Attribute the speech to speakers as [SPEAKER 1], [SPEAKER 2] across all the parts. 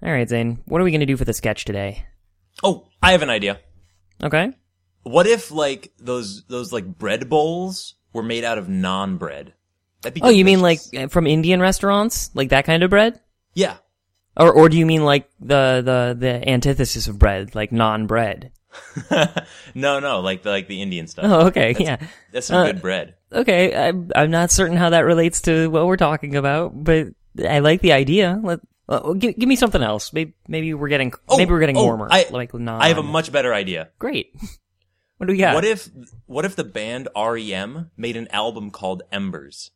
[SPEAKER 1] All right, Zane. What are we going to do for the sketch today?
[SPEAKER 2] Oh, I have an idea.
[SPEAKER 1] Okay.
[SPEAKER 2] What if like those those like bread bowls were made out of non bread? That'd be.
[SPEAKER 1] Oh, you mean like
[SPEAKER 2] delicious.
[SPEAKER 1] from Indian restaurants, like that kind of bread,
[SPEAKER 2] yeah?
[SPEAKER 1] or or do you mean like the the the antithesis of bread, like non bread?
[SPEAKER 2] no, no, like the, like the Indian stuff.
[SPEAKER 1] Oh, okay, yeah.
[SPEAKER 2] That's some
[SPEAKER 1] Uh,
[SPEAKER 2] good bread.
[SPEAKER 1] Okay, I'm, I'm not certain how that relates to what we're talking about, but I like the idea. Let uh, give, give me something else. Maybe maybe we're getting
[SPEAKER 2] Oh,
[SPEAKER 1] maybe we're getting
[SPEAKER 2] oh,
[SPEAKER 1] warmer.
[SPEAKER 2] I-
[SPEAKER 1] like non.
[SPEAKER 2] I have a much better idea.
[SPEAKER 1] great. what do we got?
[SPEAKER 2] What if what if the band REM made an album called Embers?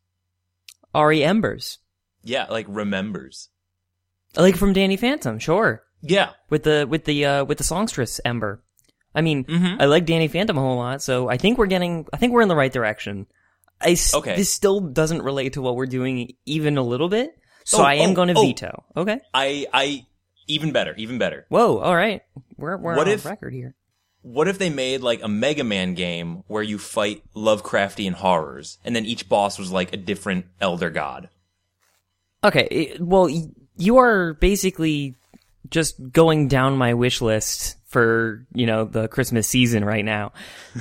[SPEAKER 1] Ari Embers,
[SPEAKER 2] Yeah, like remembers.
[SPEAKER 1] like from Danny Phantom, sure.
[SPEAKER 2] Yeah.
[SPEAKER 1] With the with the uh, with the songstress Ember. I mean,
[SPEAKER 2] Mm-hmm.
[SPEAKER 1] I like Danny Phantom a whole lot, so I think we're getting. I think we're in the right direction. I s-
[SPEAKER 2] Okay.
[SPEAKER 1] This still doesn't relate to what we're doing even a little bit, so
[SPEAKER 2] Oh,
[SPEAKER 1] I am
[SPEAKER 2] oh,
[SPEAKER 1] going to
[SPEAKER 2] oh.
[SPEAKER 1] veto. Okay.
[SPEAKER 2] I I even better, even better.
[SPEAKER 1] Whoa. All right. We're we're
[SPEAKER 2] What
[SPEAKER 1] on
[SPEAKER 2] if-
[SPEAKER 1] record here.
[SPEAKER 2] What if they made like a Mega Man game where you fight Lovecraftian horrors and then each boss was like a different elder god?
[SPEAKER 1] Okay, it- well, y- you are basically just going down my wish list for you know the Christmas season right now.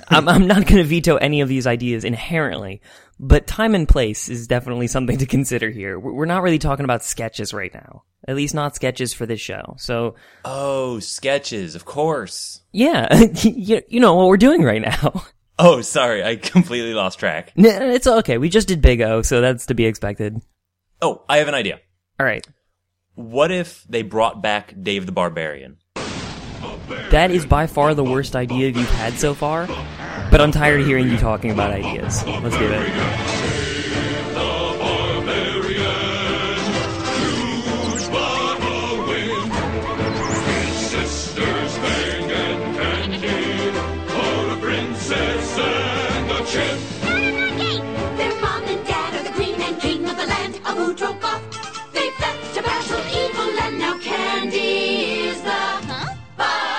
[SPEAKER 1] I'm, I'm not going to veto any of these ideas inherently, but time and place is definitely something to consider here. We're we're not really talking about sketches right now, at least not sketches for this show. So
[SPEAKER 2] Oh, sketches, of course.
[SPEAKER 1] yeah, you, you know what we're doing right now.
[SPEAKER 2] Oh, sorry, I completely lost track.
[SPEAKER 1] N- it's okay. We just did Big O, so that's to be expected.
[SPEAKER 2] Oh, I have an idea.
[SPEAKER 1] All right,
[SPEAKER 2] What if they brought back Dave the Barbarian?
[SPEAKER 1] that is by far the worst idea you've had so far. But I'm tired of hearing you talking about ideas. Let's do it.
[SPEAKER 3] sisters bang and candy for a princess and a chip.
[SPEAKER 4] Their mom and dad are the green and king of the land of Utrokoff. They fought to battle evil and now Candy is the boss.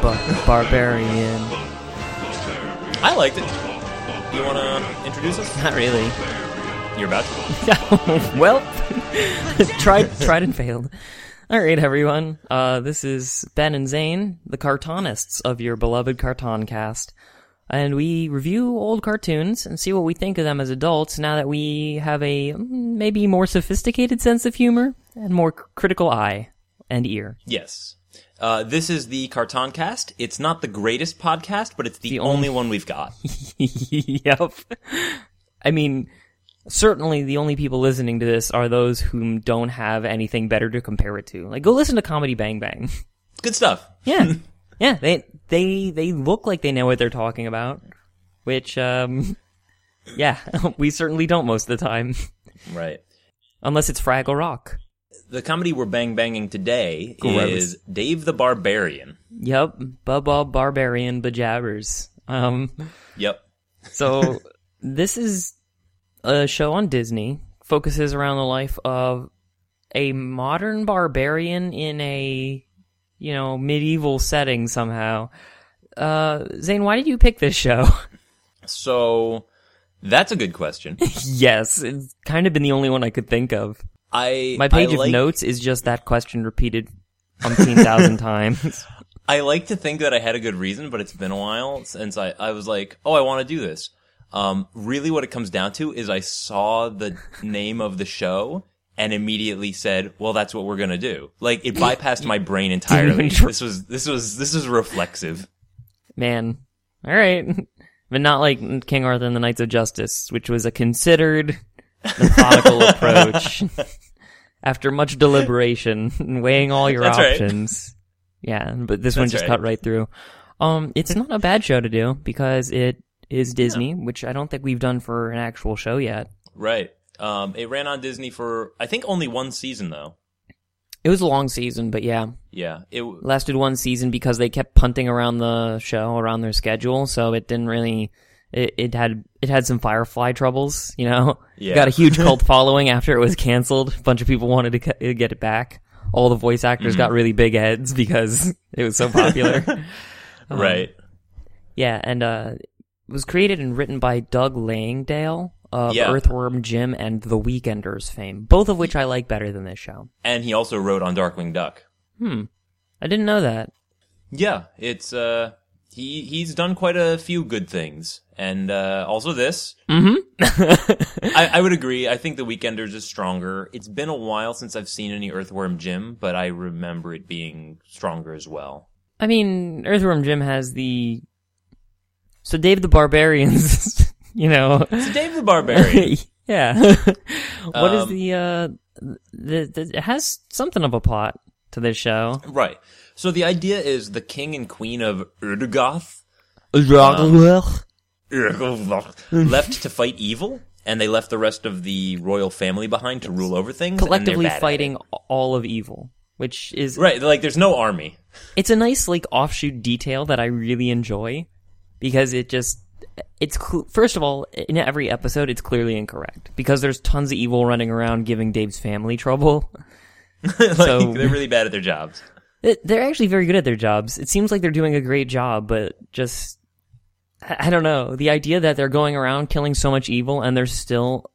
[SPEAKER 1] Ba- barbarian.
[SPEAKER 2] I liked it. You want to introduce us?
[SPEAKER 1] Not really.
[SPEAKER 2] You're about to.
[SPEAKER 1] well, tried, tried and failed. All right, everyone. Uh, this is Ben and Zane, the cartoonists of your beloved Cartoon Cast, and we review old cartoons and see what we think of them as adults. Now that we have a mm, maybe more sophisticated sense of humor and more c- critical eye and ear,
[SPEAKER 2] Yes. Uh, this is the Cartoncast. It's not the greatest podcast, but it's the, only one we've got.
[SPEAKER 1] yep. I mean, certainly the only people listening to this are those whom don't have anything better to compare it to. Like, go listen to Comedy Bang Bang.
[SPEAKER 2] Good stuff.
[SPEAKER 1] Yeah, yeah. They they they look like they know what they're talking about, which um, yeah, we certainly don't most of the time,
[SPEAKER 2] Right.
[SPEAKER 1] unless it's Fraggle Rock.
[SPEAKER 2] The comedy we're bang banging today
[SPEAKER 1] Gross.
[SPEAKER 2] is Dave the Barbarian.
[SPEAKER 1] Yep, Bubba Barbarian Bajabbers. Um,
[SPEAKER 2] Yep.
[SPEAKER 1] so this is a show on Disney focuses around the life of a modern barbarian in a you know medieval setting somehow. Uh, Zane, why did you pick this show?
[SPEAKER 2] So that's a good question.
[SPEAKER 1] yes, it's kind of been the only one I could think of.
[SPEAKER 2] I
[SPEAKER 1] My page
[SPEAKER 2] I
[SPEAKER 1] of
[SPEAKER 2] like-
[SPEAKER 1] notes is just that question repeated umpteen thousand times.
[SPEAKER 2] I like to think that I had a good reason, but it's been a while since I, I was like, oh, I want to do this. Um, really, what it comes down to is I saw the name of the show and immediately said, well, that's what we're going to do. Like it bypassed my brain entirely.
[SPEAKER 1] try-
[SPEAKER 2] This was, this was, this is reflexive.
[SPEAKER 1] Man, all right, but not like King Arthur and the Knights of Justice, which was a considered, methodical approach after much deliberation and weighing all your
[SPEAKER 2] That's right.
[SPEAKER 1] options. Yeah, but this one
[SPEAKER 2] That's
[SPEAKER 1] just
[SPEAKER 2] right.
[SPEAKER 1] cut right through. Um, it's not a bad show to do because it is Disney, which I don't think we've done for an actual show yet.
[SPEAKER 2] Right. Um, it ran on Disney for, I think only one season though.
[SPEAKER 1] It was a long season, but yeah,
[SPEAKER 2] Yeah. It,
[SPEAKER 1] lasted one season because they kept punting around the show around their schedule so it didn't really It, it had it had some Firefly troubles, you know.
[SPEAKER 2] Yeah.
[SPEAKER 1] Got a huge cult following after it was canceled. A bunch of people wanted to c- uh, get it back. All the voice actors
[SPEAKER 2] Mm-hmm.
[SPEAKER 1] got really big heads because it was so popular.
[SPEAKER 2] right.
[SPEAKER 1] Yeah, and uh, it was created and written by Doug Langdale of
[SPEAKER 2] Yeah.
[SPEAKER 1] Earthworm Jim and The Weekenders fame, both of which I like better than this show.
[SPEAKER 2] And he also wrote on Darkwing Duck.
[SPEAKER 1] I didn't know that.
[SPEAKER 2] Yeah, it's uh he he's done quite a few good things. And uh also this. Mm-hmm. I, I would agree. I think the Weekenders is stronger. It's been a while since I've seen any Earthworm Jim, but I remember it being stronger as well.
[SPEAKER 1] I mean, Earthworm Jim has the so Dave the Barbarian's, you know,
[SPEAKER 2] So Dave the Barbarian.
[SPEAKER 1] yeah. What is
[SPEAKER 2] Um,
[SPEAKER 1] the uh, the, the it has something of a plot to this show.
[SPEAKER 2] right. So the idea is the king and queen of Urdagoth
[SPEAKER 1] Um,
[SPEAKER 2] left to fight evil, and they left the rest of the royal family behind to rule over things. and they're
[SPEAKER 1] collectively
[SPEAKER 2] bad at it.
[SPEAKER 1] fighting all of evil, which is
[SPEAKER 2] Right, like there's no army.
[SPEAKER 1] it's a nice like offshoot detail that I really enjoy because it just it's cl- first of all in every episode it's clearly incorrect because there's tons of evil running around giving Dave's family trouble.
[SPEAKER 2] like,
[SPEAKER 1] So-
[SPEAKER 2] they're really bad at their jobs.
[SPEAKER 1] It- They're actually very good at their jobs. It seems like they're doing a great job, but just I I don't know the idea that they're going around killing so much evil and there's still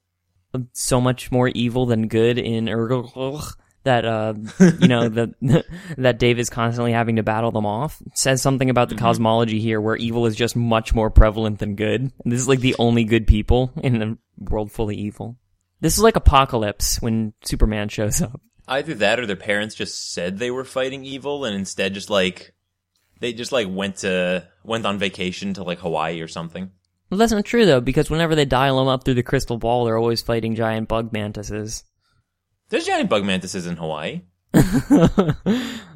[SPEAKER 1] um, so much more evil than good in Urgulch that uh you know that that Dave is constantly having to battle them off says something about the cosmology here where evil is just much more prevalent than good. And this is like the only good people in a world full of evil. This is like apocalypse when Superman shows up.
[SPEAKER 2] Either that or their parents just said they were fighting evil and instead just like they just like went to went on vacation to like Hawaii or something.
[SPEAKER 1] Well, that's not true though, because whenever they dial them up through the crystal ball, they're always fighting giant bug mantises.
[SPEAKER 2] There's giant bug mantises in Hawaii.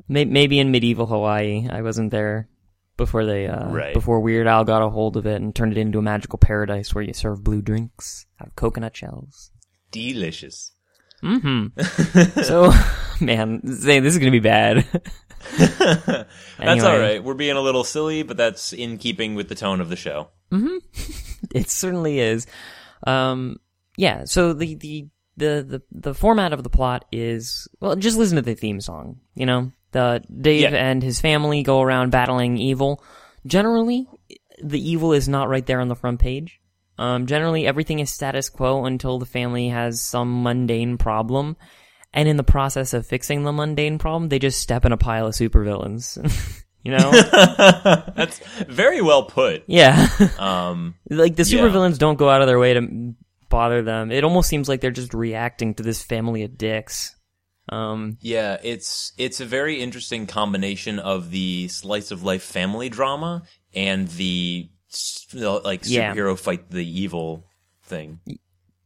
[SPEAKER 1] May- Maybe in medieval Hawaii, I wasn't there before they uh,
[SPEAKER 2] Right.
[SPEAKER 1] before Weird Al got a hold of it and turned it into a magical paradise where you serve blue drinks out of coconut shells.
[SPEAKER 2] Delicious.
[SPEAKER 1] so, man, Zane, this is gonna be bad.
[SPEAKER 2] That's
[SPEAKER 1] Anyway.
[SPEAKER 2] all right. We're being a little silly, but that's in keeping with the tone of the show.
[SPEAKER 1] it certainly is. Um, yeah. So the, the the the the format of the plot is well, just listen to the theme song. You know, the Dave
[SPEAKER 2] Yeah.
[SPEAKER 1] and his family go around battling evil. Generally, the evil is not right there on the front page. Um, generally, everything is status quo until the family has some mundane problem. And in the process of fixing the mundane problem, they just step in a pile of supervillains. you know?
[SPEAKER 2] That's very well put.
[SPEAKER 1] Yeah.
[SPEAKER 2] Um,
[SPEAKER 1] Like the
[SPEAKER 2] Yeah.
[SPEAKER 1] supervillains don't go out of their way to m- bother them. It almost seems like they're just reacting to this family of dicks. Um,
[SPEAKER 2] Yeah, it's it's a very interesting combination of the slice of life family drama and the s- like
[SPEAKER 1] Yeah.
[SPEAKER 2] superhero fight the evil thing.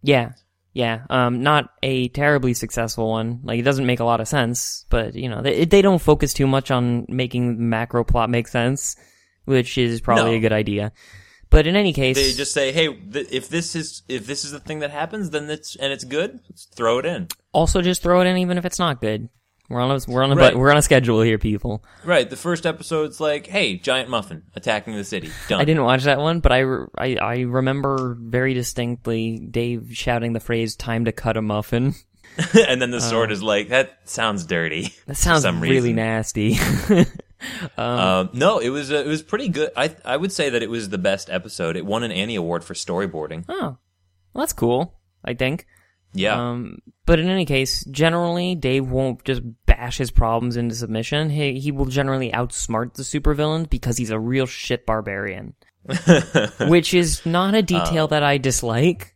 [SPEAKER 1] yeah, yeah. Um, not a terribly successful one. Like it doesn't make a lot of sense, but you know they they don't focus too much on making the macro plot make sense, which is probably
[SPEAKER 2] No.
[SPEAKER 1] a good idea. But in any case,
[SPEAKER 2] They just say, "Hey, th- if this is if this is the thing that happens, then it's and it's good. let's throw it in."
[SPEAKER 1] also just throw it in even if it's not good. We're on a we're on a
[SPEAKER 2] Right.
[SPEAKER 1] bu- we're on a schedule here, people.
[SPEAKER 2] Right. The first episode's like, "Hey, giant muffin attacking the city." Done.
[SPEAKER 1] I didn't watch that one, but I, re- I, I remember very distinctly Dave shouting the phrase "time to cut a muffin."
[SPEAKER 2] and then the
[SPEAKER 1] uh,
[SPEAKER 2] sword is like, "That sounds dirty."
[SPEAKER 1] That sounds
[SPEAKER 2] some
[SPEAKER 1] really
[SPEAKER 2] reason.
[SPEAKER 1] nasty.
[SPEAKER 2] Um, no, it was uh, it was pretty good. I I would say that it was the best episode. It won an Annie Award for storyboarding.
[SPEAKER 1] oh, well, that's cool. I think.
[SPEAKER 2] Yeah.
[SPEAKER 1] Um, but in any case, generally Dave won't just bash his problems into submission. He he will generally outsmart the supervillain because he's a real shit barbarian, which is not a
[SPEAKER 2] Uh.
[SPEAKER 1] detail that I dislike.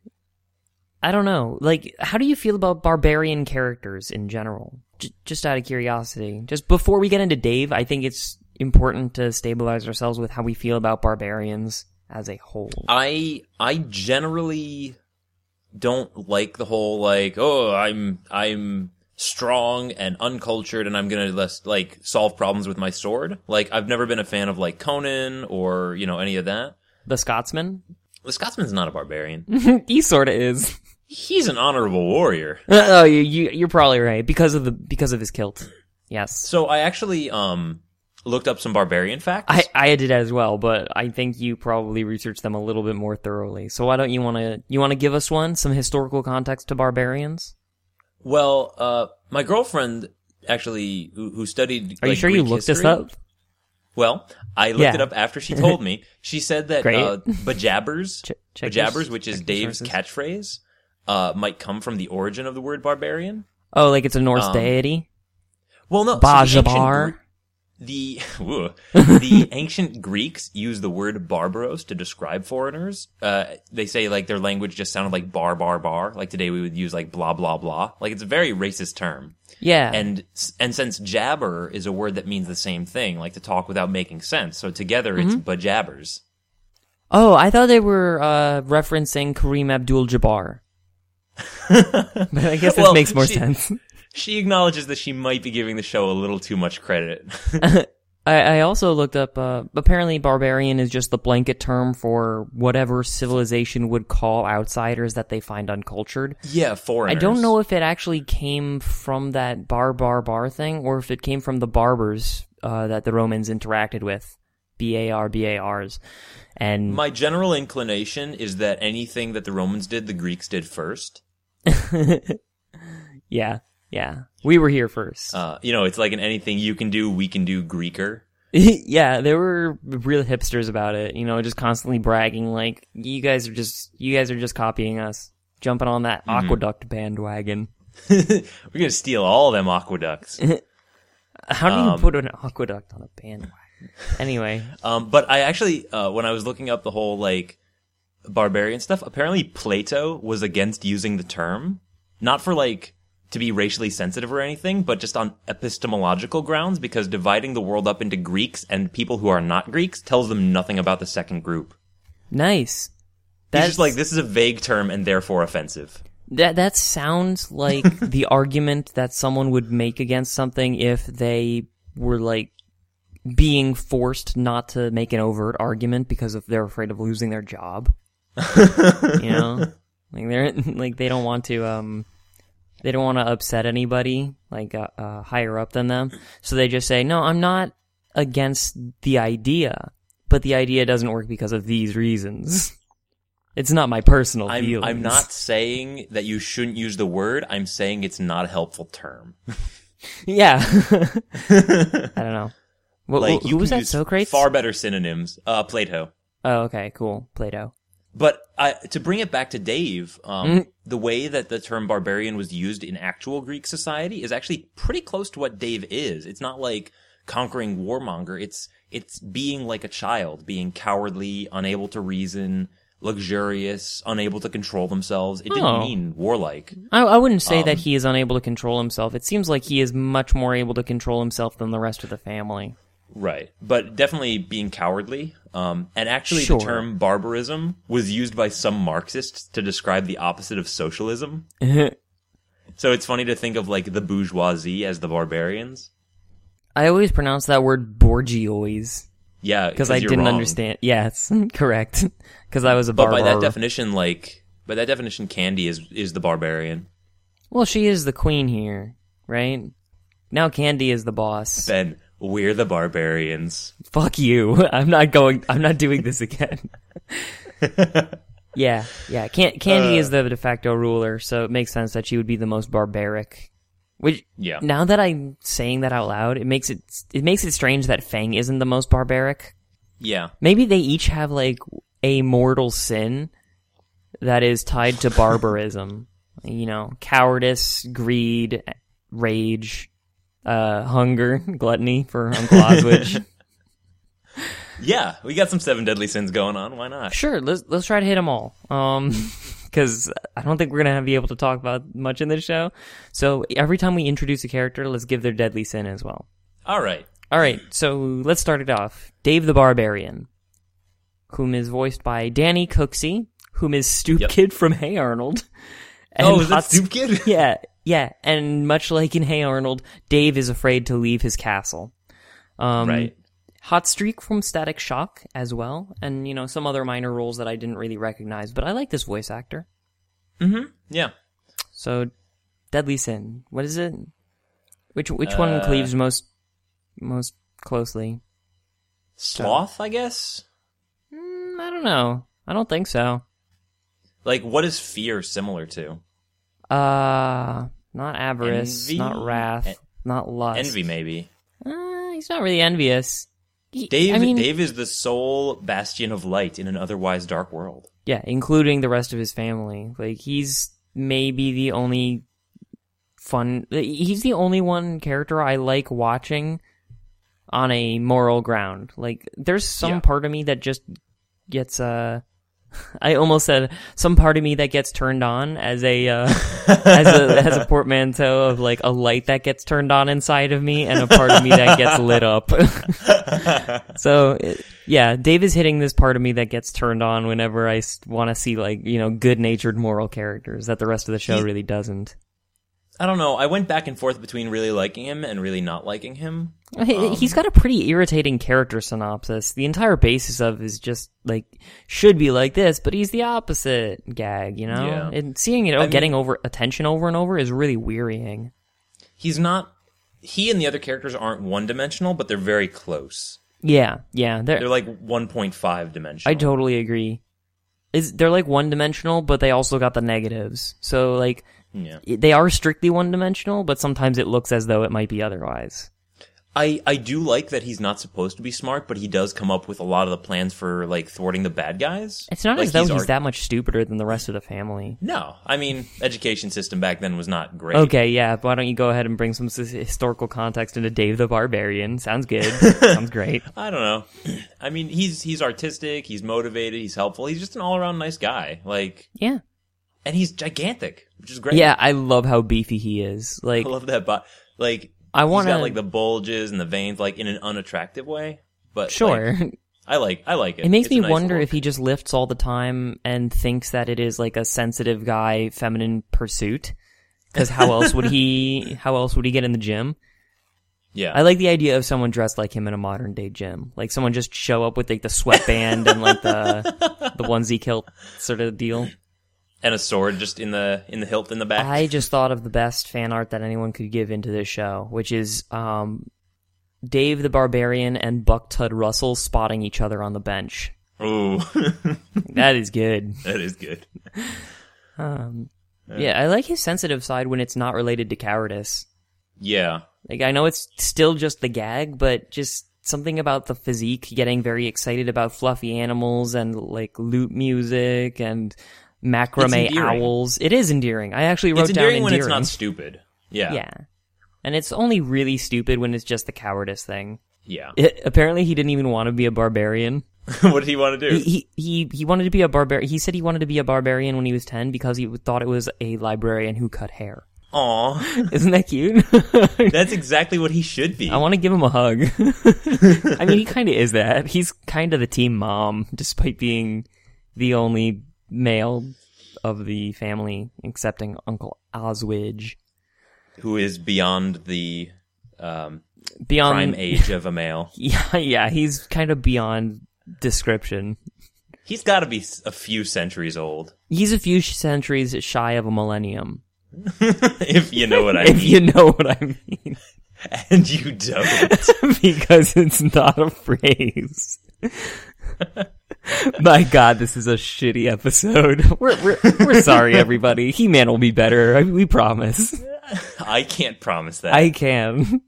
[SPEAKER 1] I don't know. Like, how do you feel about barbarian characters in general? J- just out of curiosity, just before we get into Dave, I think it's important to stabilize ourselves with how we feel about barbarians as a whole.
[SPEAKER 2] I I generally don't like the whole like oh I'm I'm strong and uncultured and I'm gonna less, like solve problems with my sword. Like I've never been a fan of like Conan or you know any of that.
[SPEAKER 1] the Scotsman,
[SPEAKER 2] The Scotsman's not a barbarian.
[SPEAKER 1] he sort of is.
[SPEAKER 2] He's an honorable warrior.
[SPEAKER 1] oh, you, you you're probably right because of the because of his kilt. Yes.
[SPEAKER 2] So I actually um looked up some barbarian facts.
[SPEAKER 1] I, I did as well, but I think you probably researched them a little bit more thoroughly. So why don't you want to you want to give us one some historical context to barbarians?
[SPEAKER 2] well, uh, my girlfriend actually, who, who studied,
[SPEAKER 1] Are you sure you looked this up?
[SPEAKER 2] Well, I looked
[SPEAKER 1] Yeah.
[SPEAKER 2] it up after she told me. She said that
[SPEAKER 1] Great.
[SPEAKER 2] uh, bajabbers,
[SPEAKER 1] Ch- check your-
[SPEAKER 2] bajabbers, which is
[SPEAKER 1] check your
[SPEAKER 2] Dave's catchphrase, uh, might come from the origin of the word barbarian.
[SPEAKER 1] Oh, like it's a Norse
[SPEAKER 2] Um,
[SPEAKER 1] deity,
[SPEAKER 2] Well, no, so the ancient
[SPEAKER 1] Bajabar.
[SPEAKER 2] Gre- the woo, the ancient Greeks used the word barbaros to describe foreigners. Uh, they say like their language just sounded like bar bar bar. Like today we would use like blah blah blah. Like it's a very racist term.
[SPEAKER 1] yeah,
[SPEAKER 2] And and since jabber is a word that means the same thing, like to talk without making sense, so together it's
[SPEAKER 1] Mm-hmm.
[SPEAKER 2] bajabbers.
[SPEAKER 1] Oh, I thought they were uh, referencing Kareem Abdul-Jabbar. but I guess this
[SPEAKER 2] Well,
[SPEAKER 1] makes more
[SPEAKER 2] she-
[SPEAKER 1] sense.
[SPEAKER 2] She acknowledges that she might be giving the show a little too much credit.
[SPEAKER 1] I, I also looked up. Uh, apparently, barbarian is just the blanket term for whatever civilization would call outsiders that they find uncultured.
[SPEAKER 2] yeah,
[SPEAKER 1] I
[SPEAKER 2] foreigners.
[SPEAKER 1] don't know if it actually came from that bar bar bar thing, or if it came from the barbers uh, that the Romans interacted with, B A R B A Rs, and
[SPEAKER 2] My general inclination is that anything that the Romans did, the Greeks did first.
[SPEAKER 1] yeah, yeah, we were here first.
[SPEAKER 2] Uh, you know, it's like in anything you can do, we can do Greeker.
[SPEAKER 1] yeah, there were real hipsters about it, you know, just constantly bragging like you guys are just you guys are just copying us, jumping on that
[SPEAKER 2] Mm-hmm.
[SPEAKER 1] aqueduct bandwagon.
[SPEAKER 2] We're gonna steal all them aqueducts.
[SPEAKER 1] How do you put an aqueduct on a bandwagon? Anyway,
[SPEAKER 2] um, but I actually, uh, when I was looking up the whole like barbarian stuff, apparently Plato was against using the term, not for like to be racially sensitive or anything, but just on epistemological grounds because dividing the world up into Greeks and people who are not Greeks tells them nothing about the second group.
[SPEAKER 1] nice.
[SPEAKER 2] He's just like this is a vague term and therefore offensive.
[SPEAKER 1] That that sounds like the argument that someone would make against something if they were like being forced not to make an overt argument because if they're afraid of losing their job. you know? Like they're like they don't want to um they don't want to upset anybody like uh, uh, higher up than them. So they just say, "No, I'm not against the idea, but the idea doesn't work because of these reasons." It's not my personal
[SPEAKER 2] I'm,
[SPEAKER 1] feelings.
[SPEAKER 2] I'm not saying that you shouldn't use the word. I'm saying it's not a helpful term.
[SPEAKER 1] Yeah. I don't know. What,
[SPEAKER 2] Like
[SPEAKER 1] who-
[SPEAKER 2] you
[SPEAKER 1] who was
[SPEAKER 2] can
[SPEAKER 1] that?
[SPEAKER 2] use
[SPEAKER 1] Socrates?
[SPEAKER 2] far better synonyms. Uh, Plato.
[SPEAKER 1] oh, okay, cool. Plato.
[SPEAKER 2] But I, to bring it back to Dave, um, the way that the term barbarian was used in actual Greek society is actually pretty close to what Dave is. It's not like conquering warmonger. It's it's being like a child, being cowardly, unable to reason, luxurious, unable to control themselves. It didn't
[SPEAKER 1] Oh.
[SPEAKER 2] mean warlike.
[SPEAKER 1] I, I wouldn't say
[SPEAKER 2] Um,
[SPEAKER 1] that he is unable to control himself. It seems like he is much more able to control himself than the rest of the family.
[SPEAKER 2] Right. But definitely being cowardly. Um, and actually,
[SPEAKER 1] Sure.
[SPEAKER 2] the term barbarism was used by some Marxists to describe the opposite of socialism. so it's funny to think of like the bourgeoisie as the barbarians.
[SPEAKER 1] I always pronounce that word Borgiois
[SPEAKER 2] Yeah.
[SPEAKER 1] because I
[SPEAKER 2] you're
[SPEAKER 1] didn't
[SPEAKER 2] wrong.
[SPEAKER 1] understand. Yes, correct. Because I was a
[SPEAKER 2] But by
[SPEAKER 1] barbar.
[SPEAKER 2] that definition, like, by that definition, Candy is, is the barbarian.
[SPEAKER 1] well, she is the queen here, right? Now Candy is the boss.
[SPEAKER 2] Ben, we're the barbarians.
[SPEAKER 1] fuck you. I'm not going. I'm not doing this again. yeah, yeah. Can- Candy is the de facto ruler, so it makes sense that she would be the most barbaric. Which
[SPEAKER 2] Yeah.
[SPEAKER 1] Now that I'm saying that out loud, it makes it it makes it strange that Fang isn't the most barbaric.
[SPEAKER 2] Yeah.
[SPEAKER 1] Maybe they each have like a mortal sin that is tied to barbarism. you know, cowardice, greed, rage, uh, hunger, gluttony for Uncle Oswich.
[SPEAKER 2] Yeah. We got some seven deadly sins going on. Why not?
[SPEAKER 1] Sure, let's let's try to hit them all. Um, because I don't think we're gonna be able to talk about much in this show. So every time we introduce a character, let's give their deadly sin as well.
[SPEAKER 2] All right.
[SPEAKER 1] All right, so let's start it off. Dave the Barbarian, whom is voiced by Danny Cooksey, whom is Stoop
[SPEAKER 2] Yep.
[SPEAKER 1] Kid from Hey Arnold. And
[SPEAKER 2] oh, is that
[SPEAKER 1] Hot-
[SPEAKER 2] Stoop Kid?
[SPEAKER 1] yeah, yeah. And much like in Hey Arnold, Dave is afraid to leave his castle. Um,
[SPEAKER 2] right.
[SPEAKER 1] Hot Streak from Static Shock as well, and you know some other minor roles that I didn't really recognize, but I like this voice actor. Um,
[SPEAKER 2] Yeah.
[SPEAKER 1] So,
[SPEAKER 2] Uh,
[SPEAKER 1] Deadly Sin, what is it? Which which one cleaves most most closely.
[SPEAKER 2] Sloth, I guess.
[SPEAKER 1] Mm, I don't know. I don't think so.
[SPEAKER 2] Like, what is fear similar to?
[SPEAKER 1] Uh, not avarice,
[SPEAKER 2] Envy?
[SPEAKER 1] not wrath,
[SPEAKER 2] En-
[SPEAKER 1] not lust.
[SPEAKER 2] Envy, maybe.
[SPEAKER 1] Uh, he's not really envious. He-
[SPEAKER 2] Dave,
[SPEAKER 1] I mean,
[SPEAKER 2] Dave is the sole bastion of light in an otherwise dark world.
[SPEAKER 1] yeah, including the rest of his family. Like he's maybe the only fun. He's the only one character I like watching on a moral ground. Like there's some
[SPEAKER 2] Yeah.
[SPEAKER 1] part of me that just gets uh I almost said some part of me that gets turned on as a uh, as a as a portmanteau of like a light that gets turned on inside of me and a part of me that gets lit up. so it, yeah, Dave is hitting this part of me that gets turned on whenever I want to see like you know good natured moral characters that the rest of the show
[SPEAKER 2] He-
[SPEAKER 1] really doesn't.
[SPEAKER 2] I don't know. I went back and forth between really liking him and really not liking him. Um,
[SPEAKER 1] He- He's got a pretty irritating character synopsis. The entire basis of is just like should be like this, but he's the opposite gag, you know.
[SPEAKER 2] Yeah.
[SPEAKER 1] And seeing it,
[SPEAKER 2] mean-
[SPEAKER 1] getting over attention over and over is really wearying.
[SPEAKER 2] He's not. He and the other characters aren't one dimensional, but they're very close.
[SPEAKER 1] Yeah, yeah, they're,
[SPEAKER 2] They're like 1.5 dimensional.
[SPEAKER 1] I totally agree. Is they're like one dimensional, but they also got the negatives. So like
[SPEAKER 2] Yeah.
[SPEAKER 1] i- they are strictly one dimensional, but sometimes it looks as though it might be otherwise.
[SPEAKER 2] I, I do like that he's not supposed to be smart, but he does come up with a lot of the plans for like thwarting the bad guys.
[SPEAKER 1] It's not
[SPEAKER 2] Like,
[SPEAKER 1] as though he's,
[SPEAKER 2] ar-
[SPEAKER 1] that much stupider than the rest of the family.
[SPEAKER 2] No, I mean education system back then was not great.
[SPEAKER 1] Okay, yeah. Why don't you go ahead and bring some s- historical context into Dave the Barbarian? Sounds good. Sounds great.
[SPEAKER 2] I don't know. I mean, he's he's artistic, he's motivated, he's helpful, he's just an all around nice guy. Like,
[SPEAKER 1] Yeah.
[SPEAKER 2] and he's gigantic, which is great.
[SPEAKER 1] Yeah, I love how beefy he is. Like,
[SPEAKER 2] I love that. But like,
[SPEAKER 1] I
[SPEAKER 2] he's
[SPEAKER 1] wanna-
[SPEAKER 2] got like the bulges and the veins, like in an unattractive way. But
[SPEAKER 1] sure.
[SPEAKER 2] like, I like I like it.
[SPEAKER 1] It makes
[SPEAKER 2] It's a
[SPEAKER 1] me
[SPEAKER 2] nice
[SPEAKER 1] wonder
[SPEAKER 2] look.
[SPEAKER 1] if he just lifts all the time and thinks that it is like a sensitive guy feminine pursuit. Because how else would he? How else would he get in the gym?
[SPEAKER 2] Yeah,
[SPEAKER 1] I like the idea of someone dressed like him in a modern day gym, like someone just show up with like the sweatband and like the the onesie kilt sort of deal.
[SPEAKER 2] and a sword just in the in the hilt in the back.
[SPEAKER 1] I just thought of the best fan art that anyone could give into this show, which is um, Dave the Barbarian and Buck Tud Russell spotting each other on the bench.
[SPEAKER 2] Ooh,
[SPEAKER 1] That is good.
[SPEAKER 2] that is good.
[SPEAKER 1] Yeah, I like his sensitive side when it's not related to cowardice.
[SPEAKER 2] Yeah,
[SPEAKER 1] Like I know it's still just the gag, but just something about the physique getting very excited about fluffy animals and like lute music and macrame
[SPEAKER 2] It's endearing.
[SPEAKER 1] owls. It is endearing. I actually wrote
[SPEAKER 2] it's endearing
[SPEAKER 1] down
[SPEAKER 2] when
[SPEAKER 1] endearing.
[SPEAKER 2] it's not stupid. Yeah,
[SPEAKER 1] yeah. And it's only really stupid when it's just the cowardice thing.
[SPEAKER 2] yeah.
[SPEAKER 1] It, apparently he didn't even want to be a barbarian.
[SPEAKER 2] what did he want to do?
[SPEAKER 1] He, he he he wanted to be a barbarian. He said he wanted to be a barbarian when he was 10 because he thought it was a librarian who cut hair.
[SPEAKER 2] Aw,
[SPEAKER 1] Isn't that cute?
[SPEAKER 2] that's exactly what he should be.
[SPEAKER 1] I want to give him a hug. I mean, he kind of is that. He's kind of the team mom, despite being the only male of the family, excepting Uncle Oswidge.
[SPEAKER 2] Who is beyond the um,
[SPEAKER 1] Beyond,
[SPEAKER 2] prime age of a male?
[SPEAKER 1] yeah, yeah, he's kind of beyond description.
[SPEAKER 2] He's got to be s- a few centuries old,
[SPEAKER 1] He's a few centuries shy of a millennium,
[SPEAKER 2] if you know what I
[SPEAKER 1] if
[SPEAKER 2] mean.
[SPEAKER 1] you know what I mean,
[SPEAKER 2] and you don't.
[SPEAKER 1] because it's not a phrase. My God, this is a shitty episode. We're we're, we're sorry, everybody. He Man will be better. I- We promise.
[SPEAKER 2] I can't promise that.
[SPEAKER 1] I can.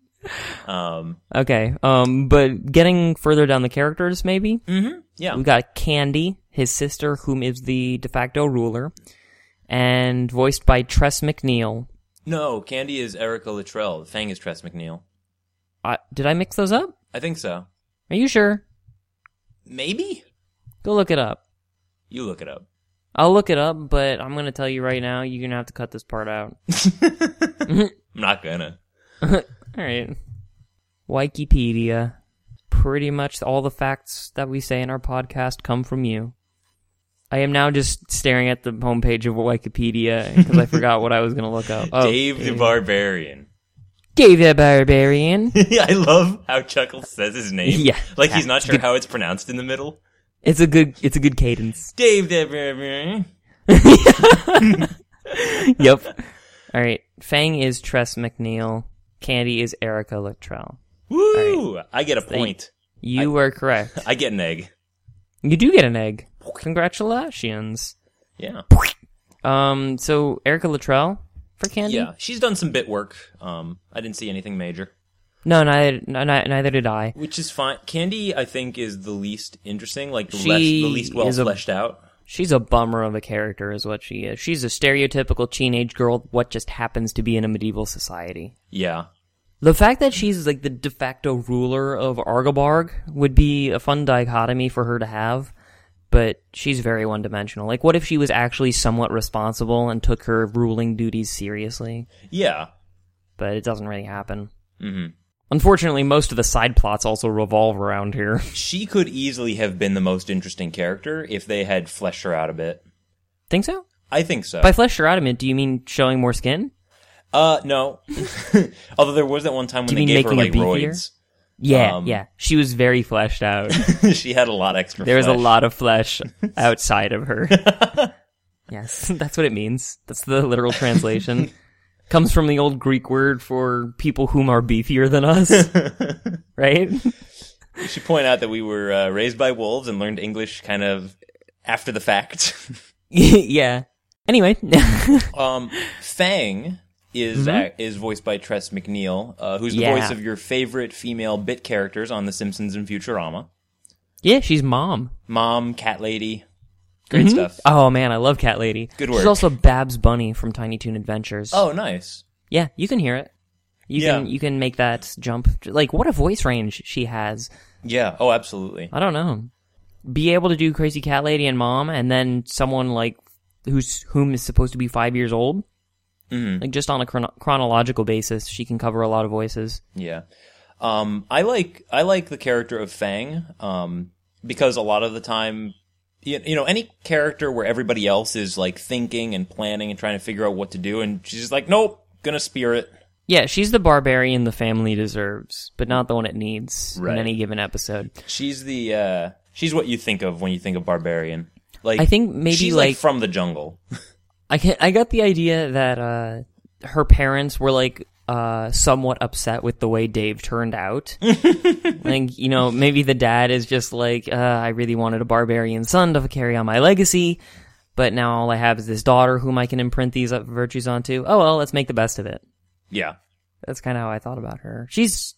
[SPEAKER 2] um,
[SPEAKER 1] Okay. Um, but getting further down the characters, maybe
[SPEAKER 2] Mm-hmm. yeah.
[SPEAKER 1] we got Candy, his sister, whom is the de facto ruler, and voiced by Tress McNeil.
[SPEAKER 2] No, Candy is Erica Luttrell. Fang is Tress McNeil.
[SPEAKER 1] Uh, did I mix those up?
[SPEAKER 2] I think so.
[SPEAKER 1] Are you sure?
[SPEAKER 2] Maybe?
[SPEAKER 1] Go look it up.
[SPEAKER 2] You look it up.
[SPEAKER 1] I'll look it up, but I'm gonna tell you right now, you're gonna have to cut this part out.
[SPEAKER 2] I'm not gonna.
[SPEAKER 1] All right. Wikipedia. Pretty much all the facts that we say in our podcast come from you. I am now just staring at the homepage of Wikipedia because I forgot what I was going to look up. Oh,
[SPEAKER 2] Dave the Barbarian.
[SPEAKER 1] Dave the Barbarian.
[SPEAKER 2] I love how Chuckles says his name.
[SPEAKER 1] Yeah.
[SPEAKER 2] Like he's not sure how it's pronounced in the middle.
[SPEAKER 1] it's a good. It's a good cadence.
[SPEAKER 2] Dave the Barbarian.
[SPEAKER 1] Yep. all right. Fang is Tress McNeil. Candy is Erica Luttrell.
[SPEAKER 2] Woo! Woo! I get a point.
[SPEAKER 1] You were correct.
[SPEAKER 2] I get an egg.
[SPEAKER 1] You do get an egg. Congratulations.
[SPEAKER 2] Yeah.
[SPEAKER 1] Um, so Erica Luttrell for Candy?
[SPEAKER 2] Yeah. She's done some bit work. Um, I didn't see anything major,
[SPEAKER 1] No, neither, no, ni- neither did I.
[SPEAKER 2] which is fine. Candy, I think, is the least interesting, like the,
[SPEAKER 1] She
[SPEAKER 2] less, the least well
[SPEAKER 1] is a-
[SPEAKER 2] fleshed out.
[SPEAKER 1] She's a bummer of a character, is what she is. She's a stereotypical teenage girl, what just happens to be in a medieval society.
[SPEAKER 2] Yeah.
[SPEAKER 1] The fact that she's like the de facto ruler of Argobarg would be a fun dichotomy for her to have, but she's very one dimensional. Like, what if she was actually somewhat responsible and took her ruling duties seriously?
[SPEAKER 2] Yeah.
[SPEAKER 1] But it doesn't really happen. Mm-hmm. Unfortunately, most of the side plots also revolve around here.
[SPEAKER 2] She could easily have been the most interesting character if they had fleshed her out a bit.
[SPEAKER 1] Think so?
[SPEAKER 2] I think so.
[SPEAKER 1] By flesh her adamant, do you mean showing more skin?
[SPEAKER 2] uh, no. Although there was that one time when
[SPEAKER 1] Do
[SPEAKER 2] they
[SPEAKER 1] you mean
[SPEAKER 2] gave her like
[SPEAKER 1] making her beefier?
[SPEAKER 2] roids.
[SPEAKER 1] Yeah,
[SPEAKER 2] Um,
[SPEAKER 1] yeah. She was very fleshed out.
[SPEAKER 2] she had a lot extra.
[SPEAKER 1] There was a
[SPEAKER 2] flesh.
[SPEAKER 1] lot of flesh outside of her. yes, that's what it means. That's the literal translation. Comes from the old Greek word for people whom are beefier than us, right?
[SPEAKER 2] She point out that we were uh, raised by wolves and learned English kind of after the fact.
[SPEAKER 1] yeah. Anyway,
[SPEAKER 2] um, Fang is ac- is voiced by Tress McNeil, uh, who's the
[SPEAKER 1] Yeah.
[SPEAKER 2] voice of your favorite female bit characters on The Simpsons and Futurama.
[SPEAKER 1] yeah, she's mom.
[SPEAKER 2] Mom, Cat Lady, great stuff.
[SPEAKER 1] Oh man, I love Cat Lady.
[SPEAKER 2] Good
[SPEAKER 1] She's
[SPEAKER 2] work.
[SPEAKER 1] also Babs Bunny from Tiny Toon Adventures.
[SPEAKER 2] oh, nice.
[SPEAKER 1] Yeah, you can hear it. You
[SPEAKER 2] Yeah.
[SPEAKER 1] can you can make that jump. Like what a voice range she has.
[SPEAKER 2] Yeah. Oh, absolutely.
[SPEAKER 1] I don't know. Be able to do Crazy Cat Lady and Mom, and then someone like who's whom is supposed to be five years old. Like just on a chrono- chronological basis, she can cover a lot of voices.
[SPEAKER 2] Yeah. Um, I like I like the character of Fang um, because a lot of the time, you, you know, any character where everybody else is like thinking and planning and trying to figure out what to do, and she's just like, nope, gonna spear it.
[SPEAKER 1] Yeah, she's the barbarian the family deserves, but not the one it needs
[SPEAKER 2] Right.
[SPEAKER 1] in any given episode.
[SPEAKER 2] She's the uh, she's what you think of when you think of barbarian. Like
[SPEAKER 1] I think maybe,
[SPEAKER 2] she's
[SPEAKER 1] like-
[SPEAKER 2] from the jungle.
[SPEAKER 1] I can I got the idea that uh, her parents were like uh, somewhat upset with the way Dave turned out. like you know, maybe the dad is just like, uh, I really wanted a barbarian son to carry on my legacy, but now all I have is this daughter whom I can imprint these uh, virtues onto. Oh well, let's make the best of it.
[SPEAKER 2] Yeah.
[SPEAKER 1] That's kind of how I thought about her. She's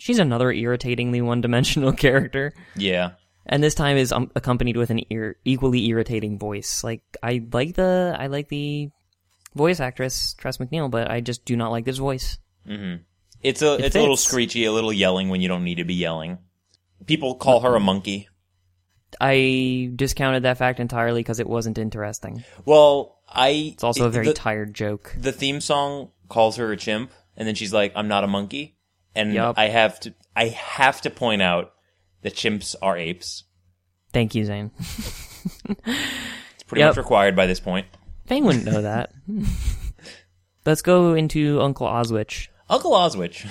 [SPEAKER 1] she's another irritatingly one-dimensional character
[SPEAKER 2] Yeah.
[SPEAKER 1] and this time is um, accompanied with an ear- equally irritating voice. Like I like the I like the voice actress Tress McNeil, but I just do not like this voice.
[SPEAKER 2] It's a it's a little
[SPEAKER 1] fits.
[SPEAKER 2] screechy, a little yelling when you don't need to be yelling. People call her a monkey.
[SPEAKER 1] I discounted that fact entirely because it wasn't interesting.
[SPEAKER 2] Well, I
[SPEAKER 1] It's also a very
[SPEAKER 2] the-
[SPEAKER 1] tired joke.
[SPEAKER 2] the theme song calls her a chimp and then she's like i'm not a monkey and
[SPEAKER 1] Yup.
[SPEAKER 2] i have to i have to point out that chimps are apes
[SPEAKER 1] Thank you, Zane.
[SPEAKER 2] it's pretty
[SPEAKER 1] Yup.
[SPEAKER 2] much required by this point
[SPEAKER 1] Fang wouldn't know that. Let's go into Uncle Oswich.
[SPEAKER 2] uncle oswich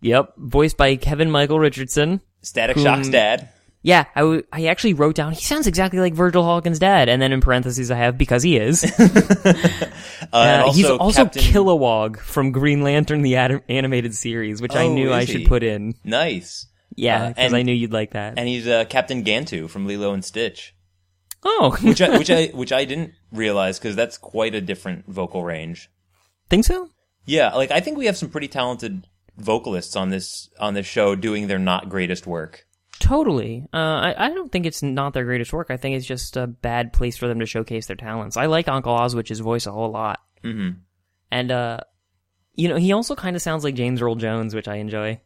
[SPEAKER 1] Yep, voiced by Kevin Michael Richardson.
[SPEAKER 2] static shock's dad
[SPEAKER 1] Yeah, I, w- I actually wrote down he sounds exactly like Virgil Hawkins' dad, and then in parentheses I have because he is.
[SPEAKER 2] uh, and
[SPEAKER 1] Uh,
[SPEAKER 2] also
[SPEAKER 1] he's also
[SPEAKER 2] Captain-
[SPEAKER 1] Kilowog from Green Lantern the anim- animated series, which I
[SPEAKER 2] Oh,
[SPEAKER 1] knew
[SPEAKER 2] is
[SPEAKER 1] I
[SPEAKER 2] he?
[SPEAKER 1] should put in.
[SPEAKER 2] nice
[SPEAKER 1] Yeah,
[SPEAKER 2] Uh,
[SPEAKER 1] because
[SPEAKER 2] and-
[SPEAKER 1] I knew you'd like that.
[SPEAKER 2] and he's uh, captain gantu from lilo and stitch
[SPEAKER 1] oh,
[SPEAKER 2] which i which i which i didn't realize because that's quite a different vocal range
[SPEAKER 1] think so?
[SPEAKER 2] yeah like i think we have some pretty talented vocalists on this on this show doing their not greatest work
[SPEAKER 1] Totally. Uh, I, I don't think it's not their greatest work. I think it's just a bad place for them to showcase their talents. I like Uncle Oswich's voice a whole lot. Mm-hmm. And, uh, you know, he also kind of sounds like James Earl Jones, which I enjoy.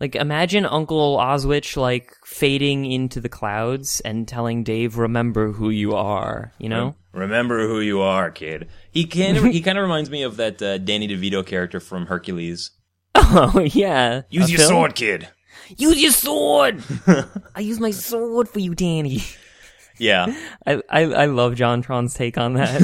[SPEAKER 1] Like, imagine Uncle Oswich, like, fading into the clouds and telling Dave, remember who you are, you know?
[SPEAKER 2] Remember who you are, kid. He kind of he kind of reminds me of that uh, Danny DeVito character from Hercules.
[SPEAKER 1] Oh yeah.
[SPEAKER 2] Use
[SPEAKER 1] A
[SPEAKER 2] your
[SPEAKER 1] film?
[SPEAKER 2] sword, kid.
[SPEAKER 1] Use your sword. I use my sword for you, Danny.
[SPEAKER 2] Yeah,
[SPEAKER 1] I, I I love John Tron's take on that.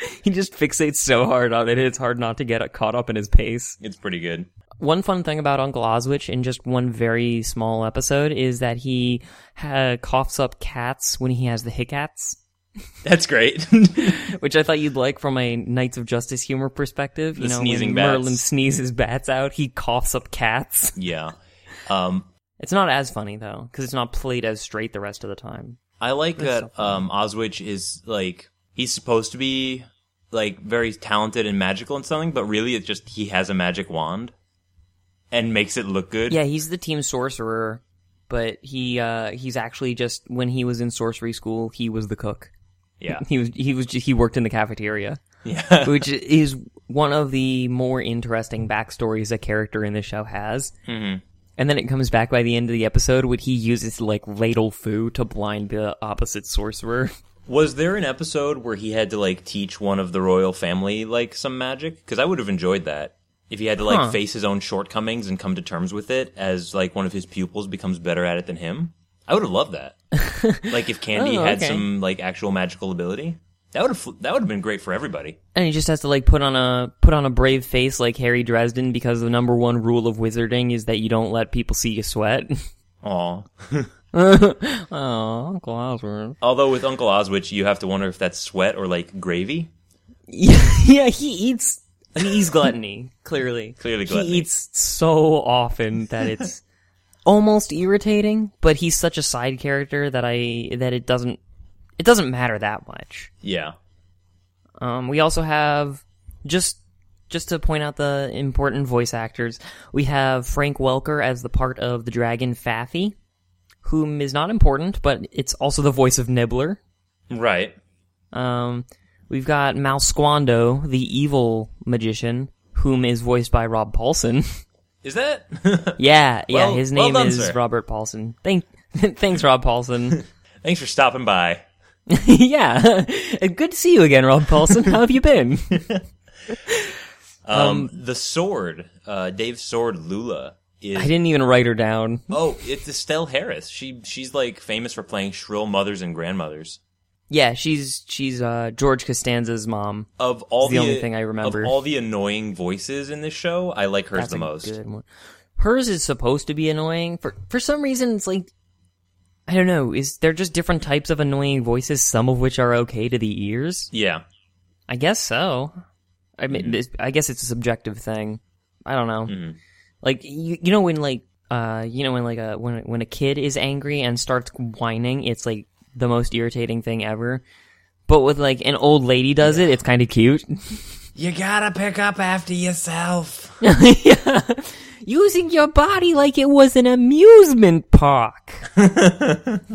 [SPEAKER 1] he just fixates so hard on it; it's hard not to get caught up in his pace.
[SPEAKER 2] it's pretty good.
[SPEAKER 1] One fun thing about Uncle Oswich in just one very small episode is that he ha- coughs up cats when he has the hiccats.
[SPEAKER 2] That's great.
[SPEAKER 1] which I thought you'd like from a Knights of Justice humor perspective. You
[SPEAKER 2] The
[SPEAKER 1] know,
[SPEAKER 2] sneezing
[SPEAKER 1] when
[SPEAKER 2] bats.
[SPEAKER 1] Merlin sneezes bats out, he coughs up cats.
[SPEAKER 2] yeah. Um,
[SPEAKER 1] It's not as funny though, because it's not played as straight the rest of the time.
[SPEAKER 2] I like that um, Oswich is like he's supposed to be like very talented and magical and something, but really it's just he has a magic wand and makes it look good.
[SPEAKER 1] Yeah, he's the team sorcerer, but he uh, he's actually just when he was in sorcery school, he was the cook.
[SPEAKER 2] yeah,
[SPEAKER 1] He was he was he worked in the cafeteria,
[SPEAKER 2] yeah.
[SPEAKER 1] which is one of the more interesting backstories a character in the show has. Mm-hmm. And then it comes back by the end of the episode when he uses like ladle foo to blind the opposite sorcerer.
[SPEAKER 2] Was there an episode where he had to like teach one of the royal family like some magic? Because I would have enjoyed that if he had to like
[SPEAKER 1] Huh.
[SPEAKER 2] face his own shortcomings and come to terms with it as like one of his pupils becomes better at it than him. I would have loved that. like if Candy
[SPEAKER 1] Oh,
[SPEAKER 2] had
[SPEAKER 1] okay.
[SPEAKER 2] some like actual magical ability, that would have that would have been great for everybody.
[SPEAKER 1] And he just has to like put on a put on a brave face like Harry Dresden because the number one rule of wizarding is that you don't let people see you sweat.
[SPEAKER 2] Aw.
[SPEAKER 1] Oh, Uncle Oswald.
[SPEAKER 2] Although with Uncle Oswich, you have to wonder if that's sweat or like gravy.
[SPEAKER 1] Yeah, yeah, he eats. I mean, he's gluttony, clearly.
[SPEAKER 2] Clearly gluttony.
[SPEAKER 1] He eats so often that it's almost irritating. But he's such a side character that I that it doesn't it doesn't matter that much.
[SPEAKER 2] Yeah.
[SPEAKER 1] Um, we also have just just to point out the important voice actors. We have Frank Welker as the part of the dragon Faffy, whom is not important, but it's also the voice of Nibbler.
[SPEAKER 2] Right.
[SPEAKER 1] Um, we've got Mal Squando, the evil magician, whom is voiced by Rob Paulson.
[SPEAKER 2] Is that?
[SPEAKER 1] yeah, yeah,
[SPEAKER 2] Well-
[SPEAKER 1] his
[SPEAKER 2] well
[SPEAKER 1] name
[SPEAKER 2] done,
[SPEAKER 1] is
[SPEAKER 2] sir.
[SPEAKER 1] Robert Paulson. Thank, thanks, Rob Paulson.
[SPEAKER 2] Thanks for stopping by.
[SPEAKER 1] yeah, good to see you again, Rob Paulson. How have you been?
[SPEAKER 2] Um, the sword, uh, Dave's sword, Lula is.
[SPEAKER 1] I didn't even write her down.
[SPEAKER 2] Oh, it's Estelle Harris. She she's like famous for playing shrill mothers and grandmothers.
[SPEAKER 1] Yeah, she's she's uh, George Costanza's mom.
[SPEAKER 2] Of all
[SPEAKER 1] the
[SPEAKER 2] the,
[SPEAKER 1] only thing I remember.
[SPEAKER 2] Of all the annoying voices in this show, I like hers
[SPEAKER 1] That's
[SPEAKER 2] the
[SPEAKER 1] a
[SPEAKER 2] most.
[SPEAKER 1] good one. Hers is supposed to be annoying. For for some reason, it's like I don't know. Is they're just different types of annoying voices, some of which are okay to the ears.
[SPEAKER 2] Yeah.
[SPEAKER 1] I guess so. I mean, this- I guess it's a subjective thing. I don't know. Like you, you know when like uh, you know when like a when when a kid is angry and starts whining, it's like the most irritating thing ever. But with like an old lady does it, it's kind of cute.
[SPEAKER 2] You gotta pick up after yourself.
[SPEAKER 1] yeah. Using your body like it was an amusement park. the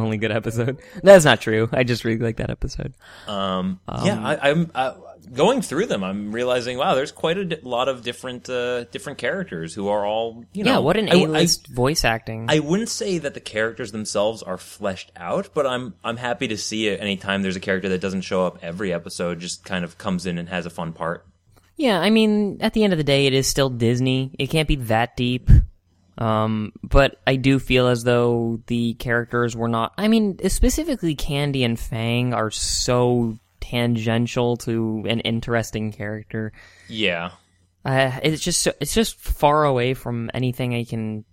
[SPEAKER 1] only good episode. That's not true. I just really like that episode. Um,
[SPEAKER 2] yeah, I, I'm I, going through them. I'm realizing, wow, there's quite a di- lot of different uh, different characters who are all you know.
[SPEAKER 1] yeah, what an
[SPEAKER 2] I- I-
[SPEAKER 1] A-list voice acting.
[SPEAKER 2] I wouldn't say that the characters themselves are fleshed out, but I'm I'm happy to see it anytime there's a character that doesn't show up every episode, just kind of comes in and has a fun part.
[SPEAKER 1] Yeah, I mean, at the end of the day, it is still Disney. It can't be that deep. Um, but I do feel as though the characters were not. I mean, specifically Candy and Fang are so tangential to an interesting character.
[SPEAKER 2] Yeah.
[SPEAKER 1] Uh, it's just so, it's just far away from anything I can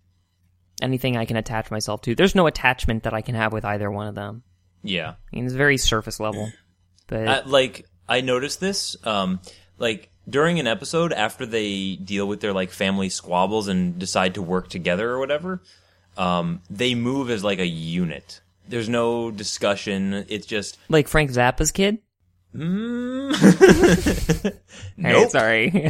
[SPEAKER 1] anything I can attach myself to. There's no attachment that I can have with either one of them.
[SPEAKER 2] Yeah.
[SPEAKER 1] I mean, it's very surface level. But
[SPEAKER 2] I, like I noticed this um like during an episode after they deal with their like family squabbles and decide to work together or whatever, um they move as like a unit. There's no discussion. It's just
[SPEAKER 1] like Frank Zappa's kid. Hey,
[SPEAKER 2] nope.
[SPEAKER 1] sorry.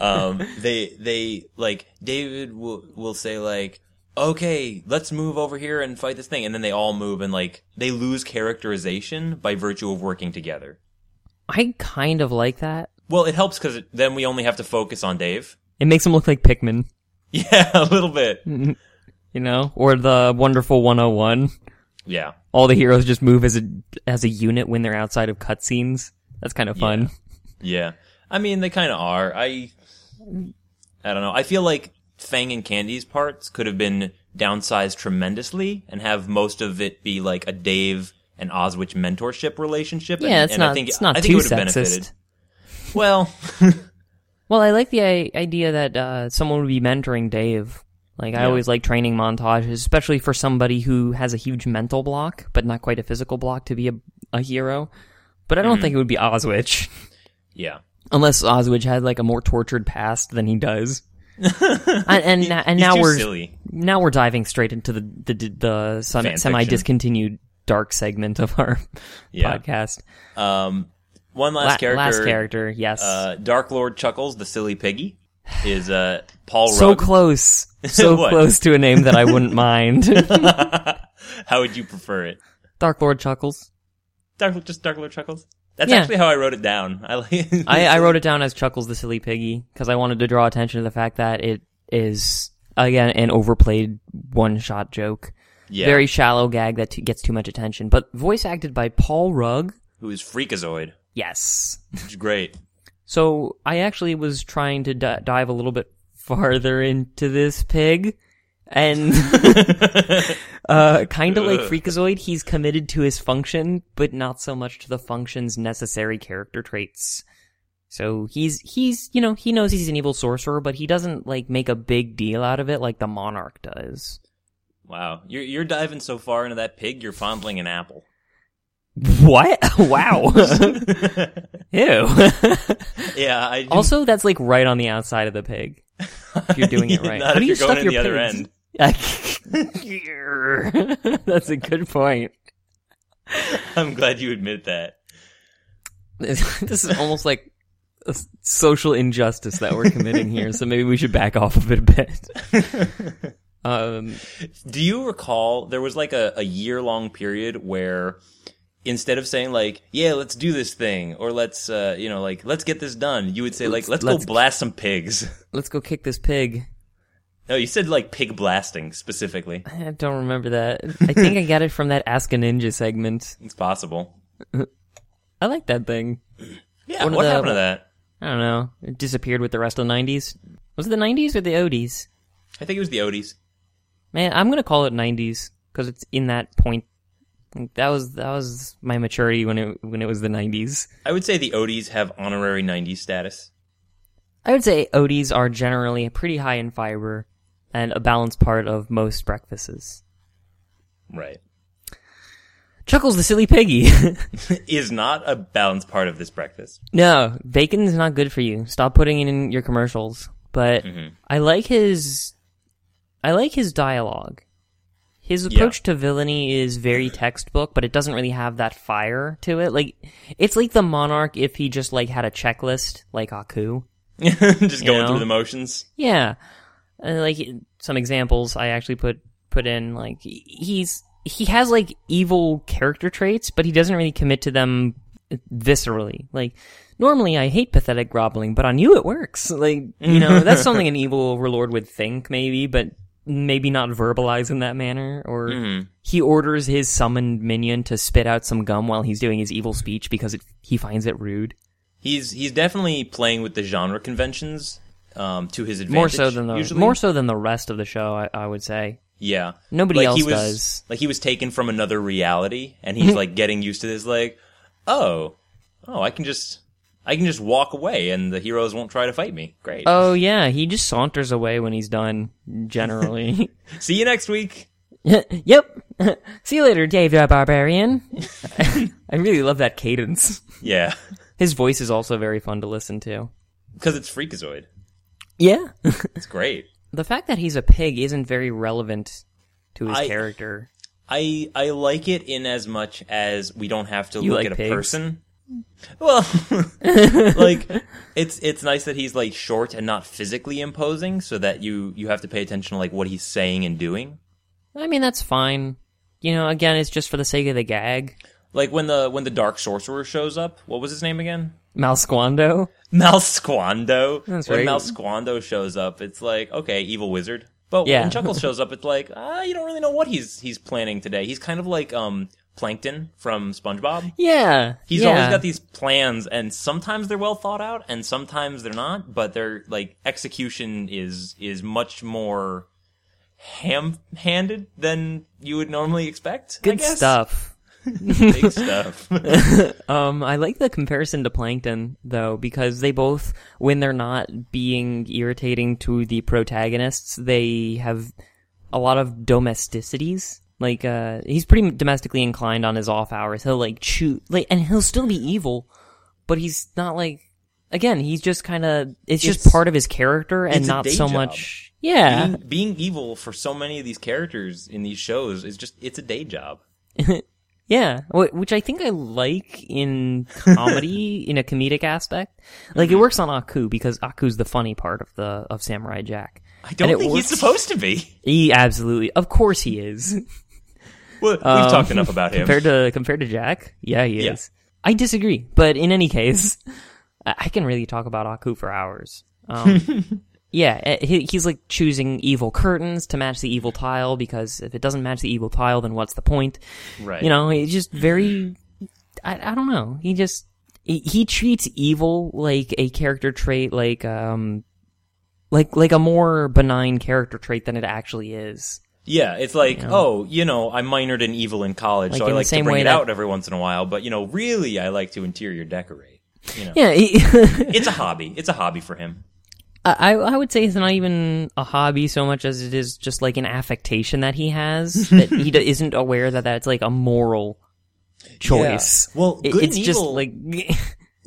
[SPEAKER 2] um, they they like David will will say like, okay, let's move over here and fight this thing, and then they all move and like they lose characterization by virtue of working together.
[SPEAKER 1] I kind of like that.
[SPEAKER 2] Well, it helps because then we only have to focus on Dave.
[SPEAKER 1] It makes him look like Pikmin,
[SPEAKER 2] Yeah, a little bit.
[SPEAKER 1] Hmm. you know, or the Wonderful 101.
[SPEAKER 2] Yeah,
[SPEAKER 1] All the heroes just move as a as a unit when they're outside of cutscenes. That's kind of fun.
[SPEAKER 2] yeah. I mean, they kind of are. I I don't know. I feel like Fang and Candy's parts could have been downsized tremendously and have most of it be like a Dave and Oswich mentorship relationship.
[SPEAKER 1] Yeah,
[SPEAKER 2] and,
[SPEAKER 1] it's
[SPEAKER 2] and
[SPEAKER 1] not
[SPEAKER 2] I think,
[SPEAKER 1] it's not
[SPEAKER 2] I think
[SPEAKER 1] too
[SPEAKER 2] it would have
[SPEAKER 1] sexist.
[SPEAKER 2] benefited. Well,
[SPEAKER 1] Well, I like the I- idea that uh, someone would be mentoring Dave. Like I always like training montages, especially for somebody who has a huge mental block but not quite a physical block to be a, a hero. But I
[SPEAKER 2] Mm-hmm.
[SPEAKER 1] don't think it would be Oswich,
[SPEAKER 2] Yeah.
[SPEAKER 1] unless Oswich had like a more tortured past than he does. and and, na- and
[SPEAKER 2] He's
[SPEAKER 1] now
[SPEAKER 2] too
[SPEAKER 1] we're
[SPEAKER 2] silly.
[SPEAKER 1] now we're diving straight into the the, the
[SPEAKER 2] Fan
[SPEAKER 1] semi discontinued dark segment of our
[SPEAKER 2] Yeah.
[SPEAKER 1] podcast.
[SPEAKER 2] Um, one last
[SPEAKER 1] La-
[SPEAKER 2] character.
[SPEAKER 1] last character, yes.
[SPEAKER 2] Uh, Dark Lord Chuckles, the silly piggy, is uh, Paul
[SPEAKER 1] so
[SPEAKER 2] Rudd.
[SPEAKER 1] close, so
[SPEAKER 2] What?
[SPEAKER 1] close to a name that I wouldn't mind.
[SPEAKER 2] How would you prefer it?
[SPEAKER 1] Dark Lord Chuckles.
[SPEAKER 2] Dark, just Dark Lord Chuckles. That's
[SPEAKER 1] Yeah.
[SPEAKER 2] actually how I wrote it down. I like.
[SPEAKER 1] I, I wrote it down as Chuckles the Silly Piggy because I wanted to draw attention to the fact that it is again an overplayed one shot joke,
[SPEAKER 2] yeah,
[SPEAKER 1] very shallow gag that t- gets too much attention. But voice acted by Paul Rugg.
[SPEAKER 2] who is Freakazoid,
[SPEAKER 1] Yes,
[SPEAKER 2] which is great.
[SPEAKER 1] So I actually was trying to d- dive a little bit farther into this pig, and uh, kind of like Freakazoid, he's committed to his function, but not so much to the function's necessary character traits. So he's he's you know he knows he's an evil sorcerer, but he doesn't like make a big deal out of it like the monarch does.
[SPEAKER 2] Wow, you're you're diving so far into that pig, you're fondling an apple.
[SPEAKER 1] What? Wow. Ew.
[SPEAKER 2] Yeah, I didn't-
[SPEAKER 1] also, that's like right on the outside of the pig. If you're doing it right, How
[SPEAKER 2] Not
[SPEAKER 1] do
[SPEAKER 2] if
[SPEAKER 1] you
[SPEAKER 2] you're going
[SPEAKER 1] stuff
[SPEAKER 2] in
[SPEAKER 1] your
[SPEAKER 2] the other
[SPEAKER 1] pigs?
[SPEAKER 2] end.
[SPEAKER 1] That's a good point.
[SPEAKER 2] I'm glad you admit that.
[SPEAKER 1] this is almost like a s- social injustice that we're committing here, so maybe we should back off of it a bit. Um,
[SPEAKER 2] Do you recall there was like a, a year long period where instead of saying like, yeah, let's do this thing or let's uh, you know, like let's get this done, you would say like let's,
[SPEAKER 1] let's-
[SPEAKER 2] go blast some pigs.
[SPEAKER 1] let's go kick this pig.
[SPEAKER 2] no, you said like pig blasting specifically.
[SPEAKER 1] I don't remember that. I think I got it from that Ask a Ninja segment.
[SPEAKER 2] It's possible.
[SPEAKER 1] I like that thing.
[SPEAKER 2] Yeah,
[SPEAKER 1] One of
[SPEAKER 2] what
[SPEAKER 1] the-
[SPEAKER 2] happened to that?
[SPEAKER 1] I don't know. It disappeared with the rest of the 90s. Was it the 90s or the ODs?
[SPEAKER 2] I think it was the Odies.
[SPEAKER 1] Man, I'm gonna call it '90s because it's in that point. That was that was my maturity when it when it was the '90s.
[SPEAKER 2] I would say the Odies have honorary 90s status.
[SPEAKER 1] I would say Odie's are generally pretty high in fiber and a balanced part of most breakfasts.
[SPEAKER 2] Right.
[SPEAKER 1] Chuckles the silly piggy.
[SPEAKER 2] Is not a balanced part of this breakfast.
[SPEAKER 1] no, bacon's not good for you. Stop putting it in your commercials. But I like his I like his dialogue. His approach to villainy is very textbook, but it doesn't really have that fire to it. Like it's like the monarch if he just like had a checklist like Aku.
[SPEAKER 2] Just going
[SPEAKER 1] know?
[SPEAKER 2] through the motions.
[SPEAKER 1] Yeah, Uh, like some examples I actually put put in. Like he- he's he has like evil character traits, but he doesn't really commit to them viscerally. Like normally I hate pathetic groveling, but on you it works. Like you know that's something an evil overlord would think maybe, but maybe not verbalize in that manner or he orders his summoned minion to spit out some gum while he's doing his evil speech because it, he finds it rude
[SPEAKER 2] He's he's definitely playing with the genre conventions um, to his advantage.
[SPEAKER 1] more so than the
[SPEAKER 2] usually.
[SPEAKER 1] more so than the rest of the show I, I would say
[SPEAKER 2] yeah.
[SPEAKER 1] Nobody
[SPEAKER 2] like
[SPEAKER 1] else
[SPEAKER 2] he was,
[SPEAKER 1] does.
[SPEAKER 2] Like he was taken from another reality, and he's like getting used to this. Like, oh, oh, I can just I can just walk away, and the heroes won't try to fight me. Great.
[SPEAKER 1] Oh yeah, he just saunters away when he's done. Generally.
[SPEAKER 2] See you next week.
[SPEAKER 1] yep. See you later, Dave the Barbarian. I really love that cadence.
[SPEAKER 2] Yeah,
[SPEAKER 1] His voice is also very fun to listen to.
[SPEAKER 2] because it's Freakazoid.
[SPEAKER 1] Yeah.
[SPEAKER 2] It's great.
[SPEAKER 1] the fact that he's a pig isn't very relevant to his
[SPEAKER 2] I-
[SPEAKER 1] character.
[SPEAKER 2] I I like it in as much as we don't have to
[SPEAKER 1] You
[SPEAKER 2] look
[SPEAKER 1] like
[SPEAKER 2] at a
[SPEAKER 1] pigs?
[SPEAKER 2] person. Well, like it's it's nice that he's like short and not physically imposing, so that you you have to pay attention to like what he's saying and doing.
[SPEAKER 1] I mean, that's fine. You know, again, it's just for the sake of the gag.
[SPEAKER 2] Like when the when the dark sorcerer shows up, what was his name again?
[SPEAKER 1] Malsquando.
[SPEAKER 2] Malsquando.
[SPEAKER 1] That's
[SPEAKER 2] when
[SPEAKER 1] right.
[SPEAKER 2] Malsquando shows up, it's like okay, evil wizard. But
[SPEAKER 1] Yeah.
[SPEAKER 2] when Chuckles shows up, it's like ah, you don't really know what he's he's planning today. He's kind of like um Plankton from SpongeBob.
[SPEAKER 1] Yeah.
[SPEAKER 2] He's
[SPEAKER 1] yeah.
[SPEAKER 2] always got these plans, and sometimes they're well thought out, and sometimes they're not. But their like execution is is much more ham handed than you would normally expect. I
[SPEAKER 1] good
[SPEAKER 2] guess.
[SPEAKER 1] stuff.
[SPEAKER 2] Big stuff.
[SPEAKER 1] Um, I like the comparison to Plankton though, because they both, when they're not being irritating to the protagonists, they have a lot of domesticities. Like, uh, he's pretty domestically inclined on his off hours. He'll like shoot, like, and he'll still be evil, but he's not like. Again, he's just kind of. It's, just
[SPEAKER 2] It's-
[SPEAKER 1] part of his character, and
[SPEAKER 2] it's a
[SPEAKER 1] not
[SPEAKER 2] day
[SPEAKER 1] so
[SPEAKER 2] job.
[SPEAKER 1] much. Yeah,
[SPEAKER 2] being, being evil for so many of these characters in these shows is just it's a day job.
[SPEAKER 1] Yeah, wh- which I think I like in comedy, in a comedic aspect. Like
[SPEAKER 2] Mm-hmm.
[SPEAKER 1] it works on Aku because Aku's the funny part of the of Samurai Jack.
[SPEAKER 2] I don't
[SPEAKER 1] And it
[SPEAKER 2] think
[SPEAKER 1] works-
[SPEAKER 2] he's supposed to be.
[SPEAKER 1] He absolutely, of course, he is.
[SPEAKER 2] Well, we've talked enough about him.
[SPEAKER 1] Um, compared to compared to Jack, yeah, he
[SPEAKER 2] Yeah.
[SPEAKER 1] is. I disagree, but in any case, I I can really talk about Aku for hours. Um, yeah, eh, he, he's like choosing evil curtains to match the evil tile because if it doesn't match the evil tile, then what's the point?
[SPEAKER 2] right.
[SPEAKER 1] You know, he's just very. I, I don't know. He just he, he treats evil like a character trait, like um, like like a more benign character trait than it actually is.
[SPEAKER 2] Yeah, it's like, oh, you know, I minored in evil in college,
[SPEAKER 1] Like
[SPEAKER 2] so
[SPEAKER 1] in
[SPEAKER 2] I
[SPEAKER 1] the
[SPEAKER 2] like
[SPEAKER 1] same
[SPEAKER 2] to bring
[SPEAKER 1] way
[SPEAKER 2] it
[SPEAKER 1] that-
[SPEAKER 2] out every once in a while, but you know, really I like to interior decorate. You know.
[SPEAKER 1] Yeah, he,
[SPEAKER 2] It's a hobby. It's a hobby for him.
[SPEAKER 1] I I would say it's not even a hobby so much as it is just like an affectation that he has that he d- isn't aware that that's like a moral choice.
[SPEAKER 2] Yeah. Well,
[SPEAKER 1] It-
[SPEAKER 2] good
[SPEAKER 1] it's
[SPEAKER 2] and
[SPEAKER 1] just
[SPEAKER 2] evil-
[SPEAKER 1] like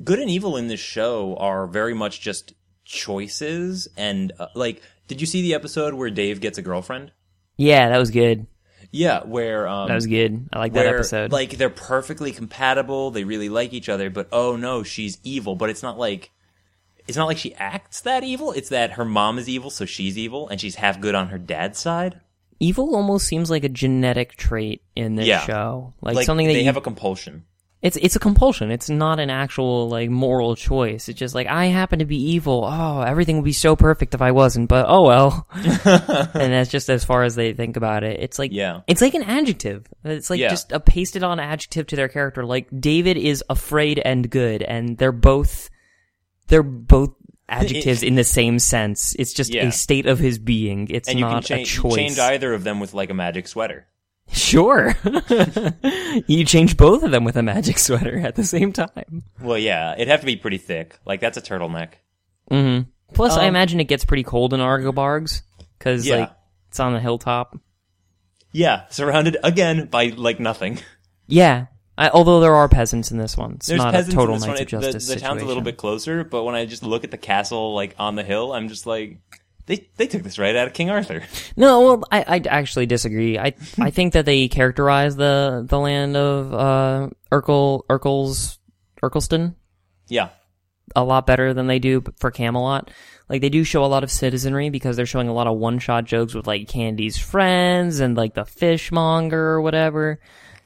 [SPEAKER 2] Good and evil in this show are very much just choices and uh, like did you see the episode where Dave gets a girlfriend?
[SPEAKER 1] yeah, that was good.
[SPEAKER 2] Yeah, where um
[SPEAKER 1] That was good. I like that
[SPEAKER 2] where
[SPEAKER 1] episode.
[SPEAKER 2] like they're perfectly compatible, they really like each other, but oh no, she's evil. But it's not like it's not like she acts that evil. It's that her mom is evil, so she's evil, and she's half good on her dad's side.
[SPEAKER 1] evil almost seems like a genetic trait in this
[SPEAKER 2] Yeah.
[SPEAKER 1] show, like,
[SPEAKER 2] Like
[SPEAKER 1] something that
[SPEAKER 2] they
[SPEAKER 1] you,
[SPEAKER 2] have a compulsion.
[SPEAKER 1] it's it's a compulsion. It's not an actual like moral choice. It's just like I happen to be evil. Oh, everything would be so perfect if I wasn't, but oh well. and that's just as far as they think about it. It's like
[SPEAKER 2] Yeah.
[SPEAKER 1] it's like an adjective. It's like
[SPEAKER 2] Yeah.
[SPEAKER 1] just a pasted on adjective to their character. Like David is afraid and good, and they're both they're both adjectives in the same sense. It's just
[SPEAKER 2] Yeah.
[SPEAKER 1] a state of his being. It's
[SPEAKER 2] And you can
[SPEAKER 1] not
[SPEAKER 2] cha-
[SPEAKER 1] a
[SPEAKER 2] you
[SPEAKER 1] choice.
[SPEAKER 2] change either of them with like a magic sweater.
[SPEAKER 1] Sure. you change both of them with a magic sweater at the same time.
[SPEAKER 2] Well, yeah, it'd have to be pretty thick. Like that's a turtleneck.
[SPEAKER 1] Plus, I imagine it gets pretty cold in Argobargs because
[SPEAKER 2] Um, Yeah.
[SPEAKER 1] like it's on the hilltop.
[SPEAKER 2] Yeah, surrounded again by like nothing.
[SPEAKER 1] Yeah. I, although there are peasants in this one, it's
[SPEAKER 2] There's
[SPEAKER 1] not a
[SPEAKER 2] peasants
[SPEAKER 1] total
[SPEAKER 2] in
[SPEAKER 1] Knights
[SPEAKER 2] this one.
[SPEAKER 1] of
[SPEAKER 2] It- the-
[SPEAKER 1] Justice
[SPEAKER 2] the, town's a little
[SPEAKER 1] situation.
[SPEAKER 2] bit closer, but when I just look at the castle like on the hill, I'm just like, they they took this right out of King Arthur.
[SPEAKER 1] No, well, I, I actually disagree. I I think that they characterize the the land of uh Urkel Urkel's Urkelston
[SPEAKER 2] yeah,
[SPEAKER 1] a lot better than they do for Camelot. Like they do show a lot of citizenry because they're showing a lot of one-shot jokes with like Candy's friends and like the fishmonger or whatever.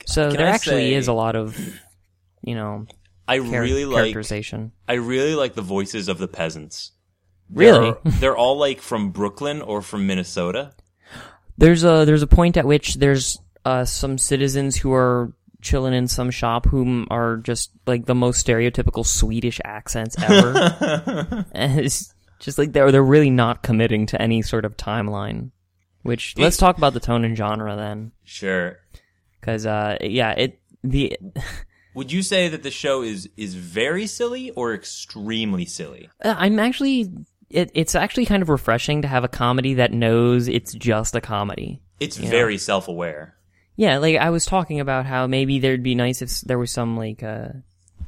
[SPEAKER 1] So
[SPEAKER 2] Can
[SPEAKER 1] there
[SPEAKER 2] I
[SPEAKER 1] actually
[SPEAKER 2] say-
[SPEAKER 1] is a lot of you know
[SPEAKER 2] I
[SPEAKER 1] char-
[SPEAKER 2] really like
[SPEAKER 1] characterization.
[SPEAKER 2] I really like the voices of the peasants.
[SPEAKER 1] Really?
[SPEAKER 2] They're, they're all like from Brooklyn or from Minnesota.
[SPEAKER 1] There's a there's a point at which there's uh, some citizens who are chilling in some shop whom are just like the most stereotypical Swedish accents ever. and it's just like they're they're really not committing to any sort of timeline. Which let's talk about the tone and genre then,
[SPEAKER 2] Sure.
[SPEAKER 1] because uh, yeah, it the
[SPEAKER 2] Would you say that the show is is very silly or extremely silly?
[SPEAKER 1] Uh, I'm actually it, it's actually kind of refreshing to have a comedy that knows it's just a comedy.
[SPEAKER 2] It's very self aware.
[SPEAKER 1] Yeah, like I was talking about how maybe there'd be nice if s- there was some like uh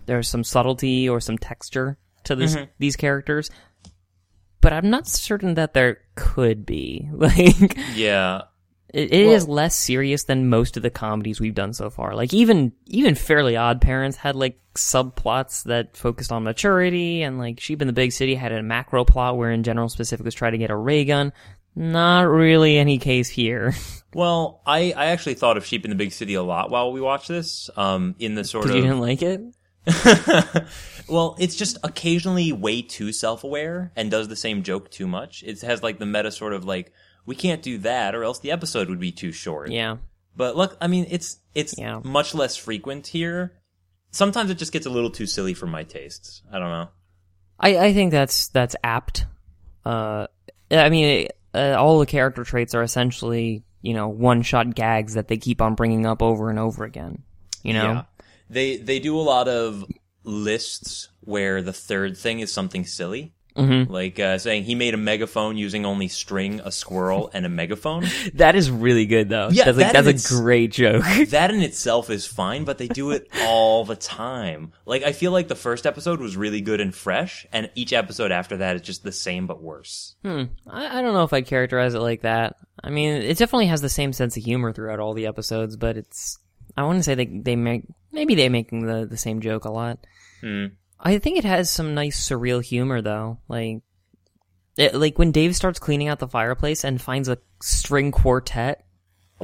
[SPEAKER 1] there was some subtlety or some texture to this these characters. But I'm not certain that there could be. Like
[SPEAKER 2] Yeah.
[SPEAKER 1] it, it is less serious than most of the comedies we've done so far. Like even even Fairly Odd Parents had like subplots that focused on maturity, and like Sheep in the Big City had a macro plot wherein General Specific was trying to get a ray gun. Not really any case here.
[SPEAKER 2] Well, I, I actually thought of Sheep in the Big City a lot while we watched this. Um, in the sort
[SPEAKER 1] you
[SPEAKER 2] of
[SPEAKER 1] didn't like it?
[SPEAKER 2] well, it's just occasionally way too self-aware and does the same joke too much. It has like the meta sort of like we can't do that or else the episode would be too short.
[SPEAKER 1] Yeah.
[SPEAKER 2] But look, I mean, it's it's
[SPEAKER 1] Yeah.
[SPEAKER 2] much less frequent here. Sometimes it just gets a little too silly for my tastes. I don't know.
[SPEAKER 1] I, I think that's that's apt. Uh, I mean, uh, all the character traits are essentially you know one shot gags that they keep on bringing up over and over again. You know,
[SPEAKER 2] Yeah. They they do a lot of lists where the third thing is something silly.
[SPEAKER 1] Mm-hmm.
[SPEAKER 2] Like uh, saying he made a megaphone using only string, a squirrel, and a megaphone.
[SPEAKER 1] that is really good though.
[SPEAKER 2] Yeah,
[SPEAKER 1] that's, like,
[SPEAKER 2] that
[SPEAKER 1] that's
[SPEAKER 2] is-
[SPEAKER 1] a great joke.
[SPEAKER 2] that in itself is fine, but they do it all the time. Like I feel like the first episode was really good and fresh, and each episode after that is just the same but worse.
[SPEAKER 1] Hmm. I, I don't know if I'd characterize it like that. I mean, it definitely has the same sense of humor throughout all the episodes, but it's I wouldn't say they they make maybe they making the the same joke a lot. I think it has some nice surreal humor though, like. It, like when Dave starts cleaning out the fireplace and finds a string quartet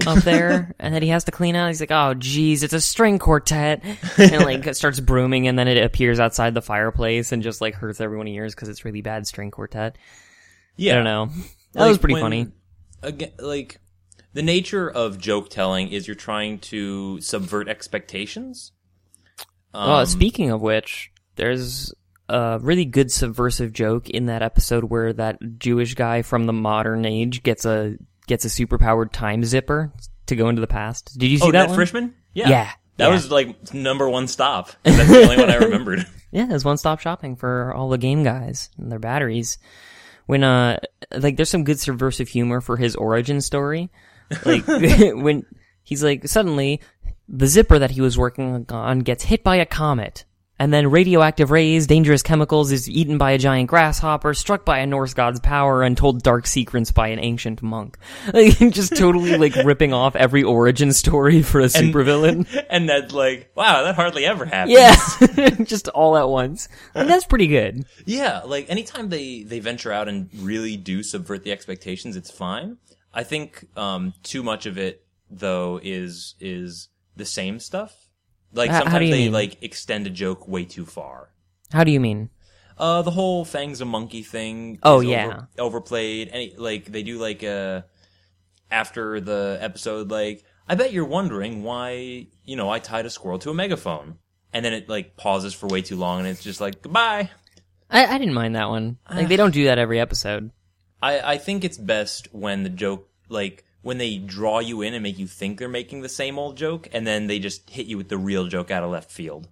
[SPEAKER 1] up there, and that he has to clean out, he's like, "Oh, geez, it's a string quartet," and like starts brooming, and then it appears outside the fireplace and just like hurts everyone ears because it's really bad string quartet.
[SPEAKER 2] Yeah,
[SPEAKER 1] I don't know. That was
[SPEAKER 2] Like,
[SPEAKER 1] pretty
[SPEAKER 2] when-
[SPEAKER 1] funny.
[SPEAKER 2] Again, like the nature of joke telling is you're trying to subvert expectations. um,
[SPEAKER 1] uh, speaking of which, there's a really good subversive joke in that episode where that Jewish guy from the modern age gets a gets a superpowered time zipper to go into the past. Did you see
[SPEAKER 2] oh,
[SPEAKER 1] that
[SPEAKER 2] that
[SPEAKER 1] one?
[SPEAKER 2] freshman? Yeah,
[SPEAKER 1] Yeah,
[SPEAKER 2] that
[SPEAKER 1] yeah.
[SPEAKER 2] was like number one stop. That's the only one I remembered.
[SPEAKER 1] Yeah, it's one stop shopping for all the game guys and their batteries. When uh, like there's some good subversive humor for his origin story. Like when he's like suddenly the zipper that he was working on gets hit by a comet, and then radioactive rays, dangerous chemicals, is eaten by a giant grasshopper, struck by a Norse god's power, and told dark secrets by an ancient monk. Like just totally like ripping off every origin story for a supervillain.
[SPEAKER 2] and that's like, wow, that hardly ever happens.
[SPEAKER 1] Yeah, just all at once. Like, that's pretty good.
[SPEAKER 2] Yeah, like anytime they they venture out and really do subvert the expectations, it's fine. I think um too much of it though is is the same stuff. Like
[SPEAKER 1] H- how do
[SPEAKER 2] sometimes
[SPEAKER 1] you
[SPEAKER 2] they
[SPEAKER 1] mean?
[SPEAKER 2] like extend a joke way too far.
[SPEAKER 1] How do you mean?
[SPEAKER 2] Uh, the whole "Fang's a monkey" thing.
[SPEAKER 1] Oh,
[SPEAKER 2] is
[SPEAKER 1] yeah.
[SPEAKER 2] over- overplayed. Any like they do like uh after the episode, like I bet you're wondering why you know I tied a squirrel to a megaphone, and then it like pauses for way too long, and it's just like goodbye.
[SPEAKER 1] I, I didn't mind that one. Like they don't do that every episode.
[SPEAKER 2] I, I think it's best when the joke, like, when they draw you in and make you think they're making the same old joke, and then they just hit you with the real joke out of left field.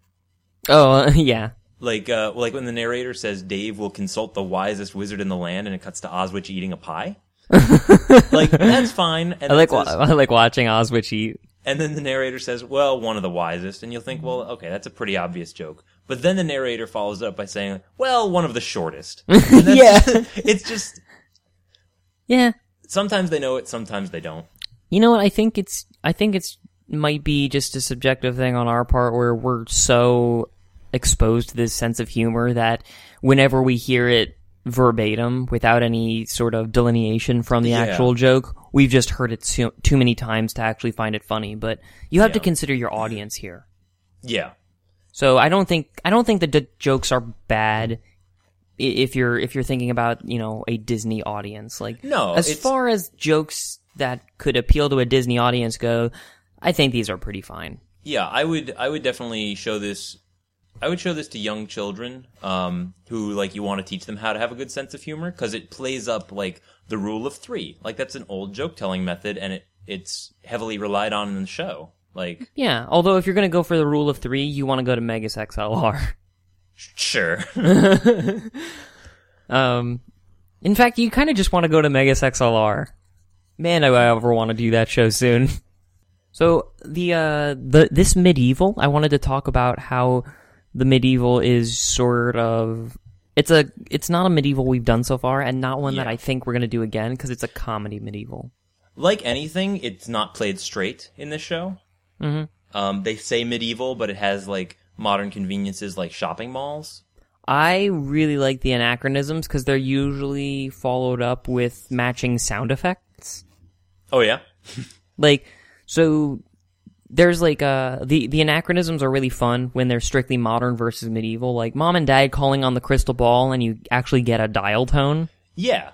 [SPEAKER 1] Oh yeah,
[SPEAKER 2] Like, uh, like when the narrator says Dave will consult the wisest wizard in the land, and it cuts to Oswich eating a pie. like, that's fine. And
[SPEAKER 1] I
[SPEAKER 2] then
[SPEAKER 1] like
[SPEAKER 2] it
[SPEAKER 1] wa-
[SPEAKER 2] says-
[SPEAKER 1] I like watching Oswich eat.
[SPEAKER 2] and then the narrator says, well, one of the wisest. And you'll think, well, okay, that's a pretty obvious joke. But then the narrator follows it up by saying, well, one of the shortest. And that's-
[SPEAKER 1] Yeah.
[SPEAKER 2] it's just,
[SPEAKER 1] Yeah,
[SPEAKER 2] sometimes they know it, sometimes they don't.
[SPEAKER 1] you know what? I think it's I think it's might be just a subjective thing on our part where we're so exposed to this sense of humor that whenever we hear it verbatim without any sort of delineation from the
[SPEAKER 2] Yeah.
[SPEAKER 1] actual joke, we've just heard it too, too many times to actually find it funny. But you have to
[SPEAKER 2] Yeah.
[SPEAKER 1] consider your audience here.
[SPEAKER 2] Yeah.
[SPEAKER 1] So I don't think I don't think the d- jokes are bad i- if you're if you're thinking about you know a Disney audience. Like
[SPEAKER 2] No,
[SPEAKER 1] as
[SPEAKER 2] it's-
[SPEAKER 1] far as jokes that could appeal to a Disney audience go, I think these are pretty fine.
[SPEAKER 2] yeah i would i would definitely show this i would show this to young children um who like you want to teach them how to have a good sense of humor because it plays up like the rule of three like that's an old joke telling method and it it's heavily relied on in the show like
[SPEAKER 1] Yeah. Although if you're gonna go for the rule of three, you want to go to Megas XLR.
[SPEAKER 2] sure
[SPEAKER 1] Um, in fact, you kind of just want to go to Megas XLR. Man, do I ever want to do that show soon. So the uh the this medieval, I wanted to talk about how the medieval is sort of it's a it's not a medieval we've done so far, and not one that
[SPEAKER 2] Yeah.
[SPEAKER 1] I think we're gonna do again because it's a comedy medieval.
[SPEAKER 2] like anything it's not played straight in this show mm-hmm. um they say medieval but it has like modern conveniences like shopping malls
[SPEAKER 1] I really like the anachronisms because they're usually followed up with matching sound effects.
[SPEAKER 2] oh yeah
[SPEAKER 1] like so there's like uh the the anachronisms are really fun when they're strictly modern versus medieval like mom and dad calling on the crystal ball and you actually get a dial tone
[SPEAKER 2] yeah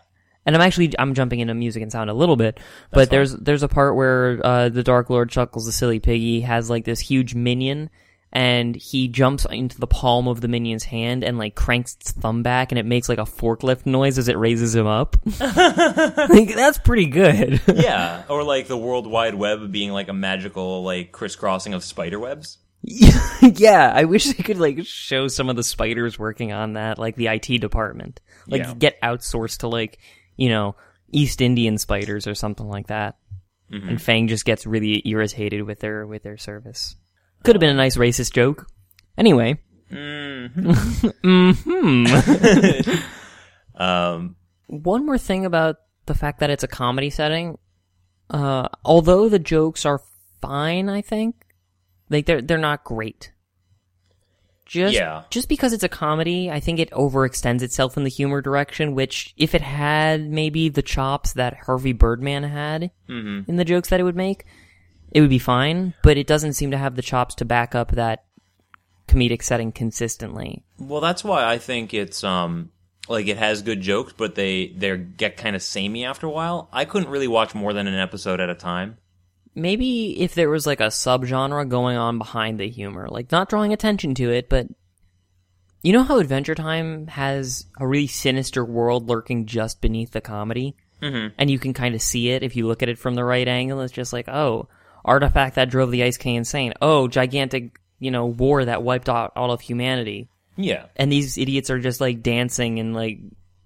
[SPEAKER 1] and i'm actually i'm jumping into music and sound a little bit but there's there's a part where uh the dark lord chuckles the silly piggy has like this huge minion and he jumps into the palm of the minion's hand and like cranks its thumb back and it makes like a forklift noise as it raises him up like that's pretty good
[SPEAKER 2] yeah or like the world wide web being like a magical like crisscrossing of spider webs
[SPEAKER 1] yeah, I wish they could like show some of the spiders working on that, like the IT department, like
[SPEAKER 2] Yeah.
[SPEAKER 1] get outsourced to like you know East Indian spiders or something like that. And Fang just gets really irritated with their with their service. Could have been a nice racist joke. Anyway,
[SPEAKER 2] Um,
[SPEAKER 1] one more thing about the fact that it's a comedy setting. Uh, although the jokes are fine, I think like they're they're not great. Just
[SPEAKER 2] Yeah.
[SPEAKER 1] just because it's a comedy, I think it overextends itself in the humor direction. Which, if it had maybe the chops that Harvey Birdman had in the jokes that it would make, it would be fine. But it doesn't seem to have the chops to back up that comedic setting consistently.
[SPEAKER 2] well, that's why I think it's um, like it has good jokes, but they they get kind of samey after a while. I couldn't really watch more than an episode at a time.
[SPEAKER 1] maybe if there was like a subgenre going on behind the humor, like not drawing attention to it, but you know how Adventure Time has a really sinister world lurking just beneath the comedy, mm-hmm. and you can kind of see it if you look at it from the right angle. It's just like, oh, artifact that drove the Ice King insane. Oh, gigantic, you know, war that wiped out all of humanity.
[SPEAKER 2] Yeah,
[SPEAKER 1] And these idiots are just like dancing and like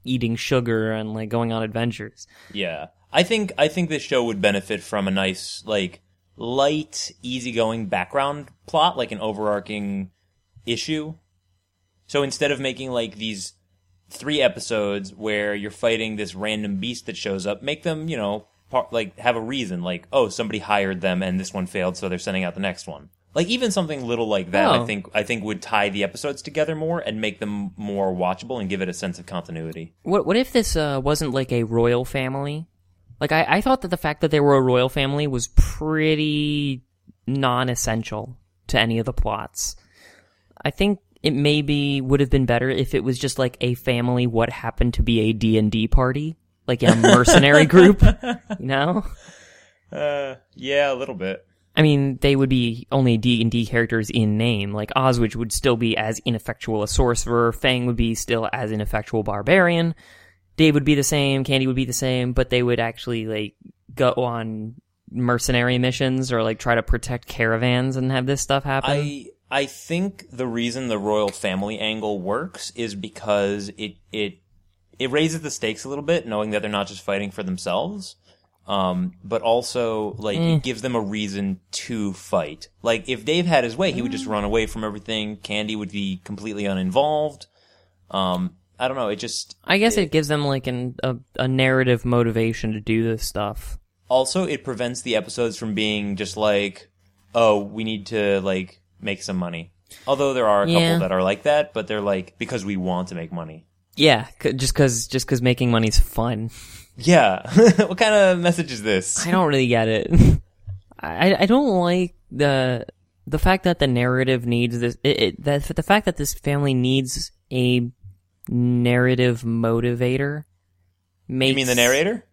[SPEAKER 1] eating sugar and like going on adventures.
[SPEAKER 2] yeah. I think I think this show would benefit from a nice like light, easygoing background plot, like an overarching issue. So instead of making like these three episodes where you're fighting this random beast that shows up, make them, you know, par- like have a reason, like oh, somebody hired them and this one failed, so they're sending out the next one. Like even something little like that,
[SPEAKER 1] Oh.
[SPEAKER 2] I think I think would tie the episodes together more and make them more watchable and give it a sense of continuity.
[SPEAKER 1] What what if this uh, wasn't like a royal family? Like I, I thought that the fact that they were a royal family was pretty non-essential to any of the plots. I think it maybe would have been better if it was just like a family what happened to be a D&D party, like a mercenary group, you know?
[SPEAKER 2] Uh, Yeah, a little bit.
[SPEAKER 1] I mean, they would be only D and D characters in name. Like Oswich would still be as ineffectual a sorcerer. Fang would be still as ineffectual barbarian. Dave would be the same. Candy would be the same. But they would actually like go on mercenary missions or like try to protect caravans and have this stuff happen.
[SPEAKER 2] I I think the reason the royal family angle works is because it it it raises the stakes a little bit, knowing that they're not just fighting for themselves, um, but also like it gives them a reason to fight. Like if Dave had his way, he would just run away from everything. Candy would be completely uninvolved. Um, I don't know. It just
[SPEAKER 1] I guess it, gives them like an a, a narrative motivation to do this stuff.
[SPEAKER 2] also it prevents the episodes from being just like oh we need to like make some money although there are a
[SPEAKER 1] Yeah.
[SPEAKER 2] couple that are like that but they're like because we want to make money
[SPEAKER 1] Yeah, c- just because just because making money's fun.
[SPEAKER 2] yeah what kind of message is this
[SPEAKER 1] I don't really get it. I I don't like the the fact that the narrative needs this. It, it, that the fact that this family needs a narrative motivator. Makes,
[SPEAKER 2] you mean the narrator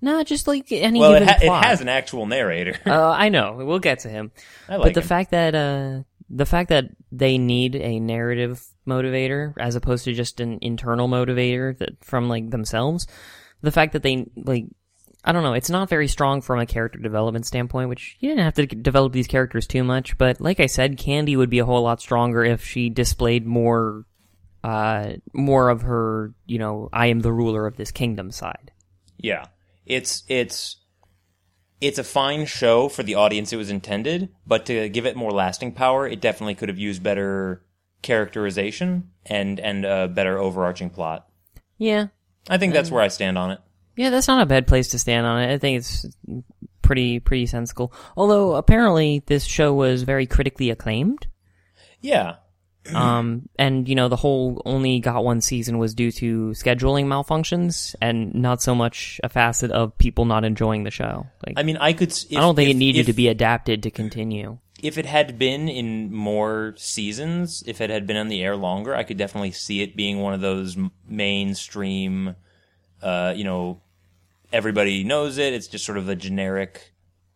[SPEAKER 1] No, just like any
[SPEAKER 2] well it,
[SPEAKER 1] given
[SPEAKER 2] ha- it
[SPEAKER 1] plot.
[SPEAKER 2] has an actual narrator
[SPEAKER 1] Uh, I know. We'll get to him.
[SPEAKER 2] I like
[SPEAKER 1] but the
[SPEAKER 2] him.
[SPEAKER 1] fact that uh, the fact that they need a narrative motivator as opposed to just an internal motivator that from like themselves, the fact that they like I don't know, it's not very strong from a character development standpoint. Which you didn't have to develop these characters too much, but like I said, Candy would be a whole lot stronger if she displayed more, uh, more of her you know I am the ruler of this kingdom side.
[SPEAKER 2] yeah it's it's it's a fine show for the audience it was intended but to give it more lasting power it definitely could have used better characterization and and a better overarching plot
[SPEAKER 1] Yeah,
[SPEAKER 2] i think
[SPEAKER 1] Mm.
[SPEAKER 2] that's where i stand on it
[SPEAKER 1] Yeah, that's not a bad place to stand on it. I think it's pretty pretty sensical. Although apparently this show was very critically acclaimed.
[SPEAKER 2] yeah
[SPEAKER 1] Um, and you know the whole only got one season was due to scheduling malfunctions and not so much a facet of people not enjoying the show. Like
[SPEAKER 2] I
[SPEAKER 1] I,
[SPEAKER 2] mean, I could. s- If,
[SPEAKER 1] don't think
[SPEAKER 2] if-
[SPEAKER 1] it needed
[SPEAKER 2] if-
[SPEAKER 1] to be adapted to continue.
[SPEAKER 2] If it had been in more seasons, if it had been on the air longer, I could definitely see it being one of those m- mainstream. Uh, you know, everybody knows it. It's just sort of a generic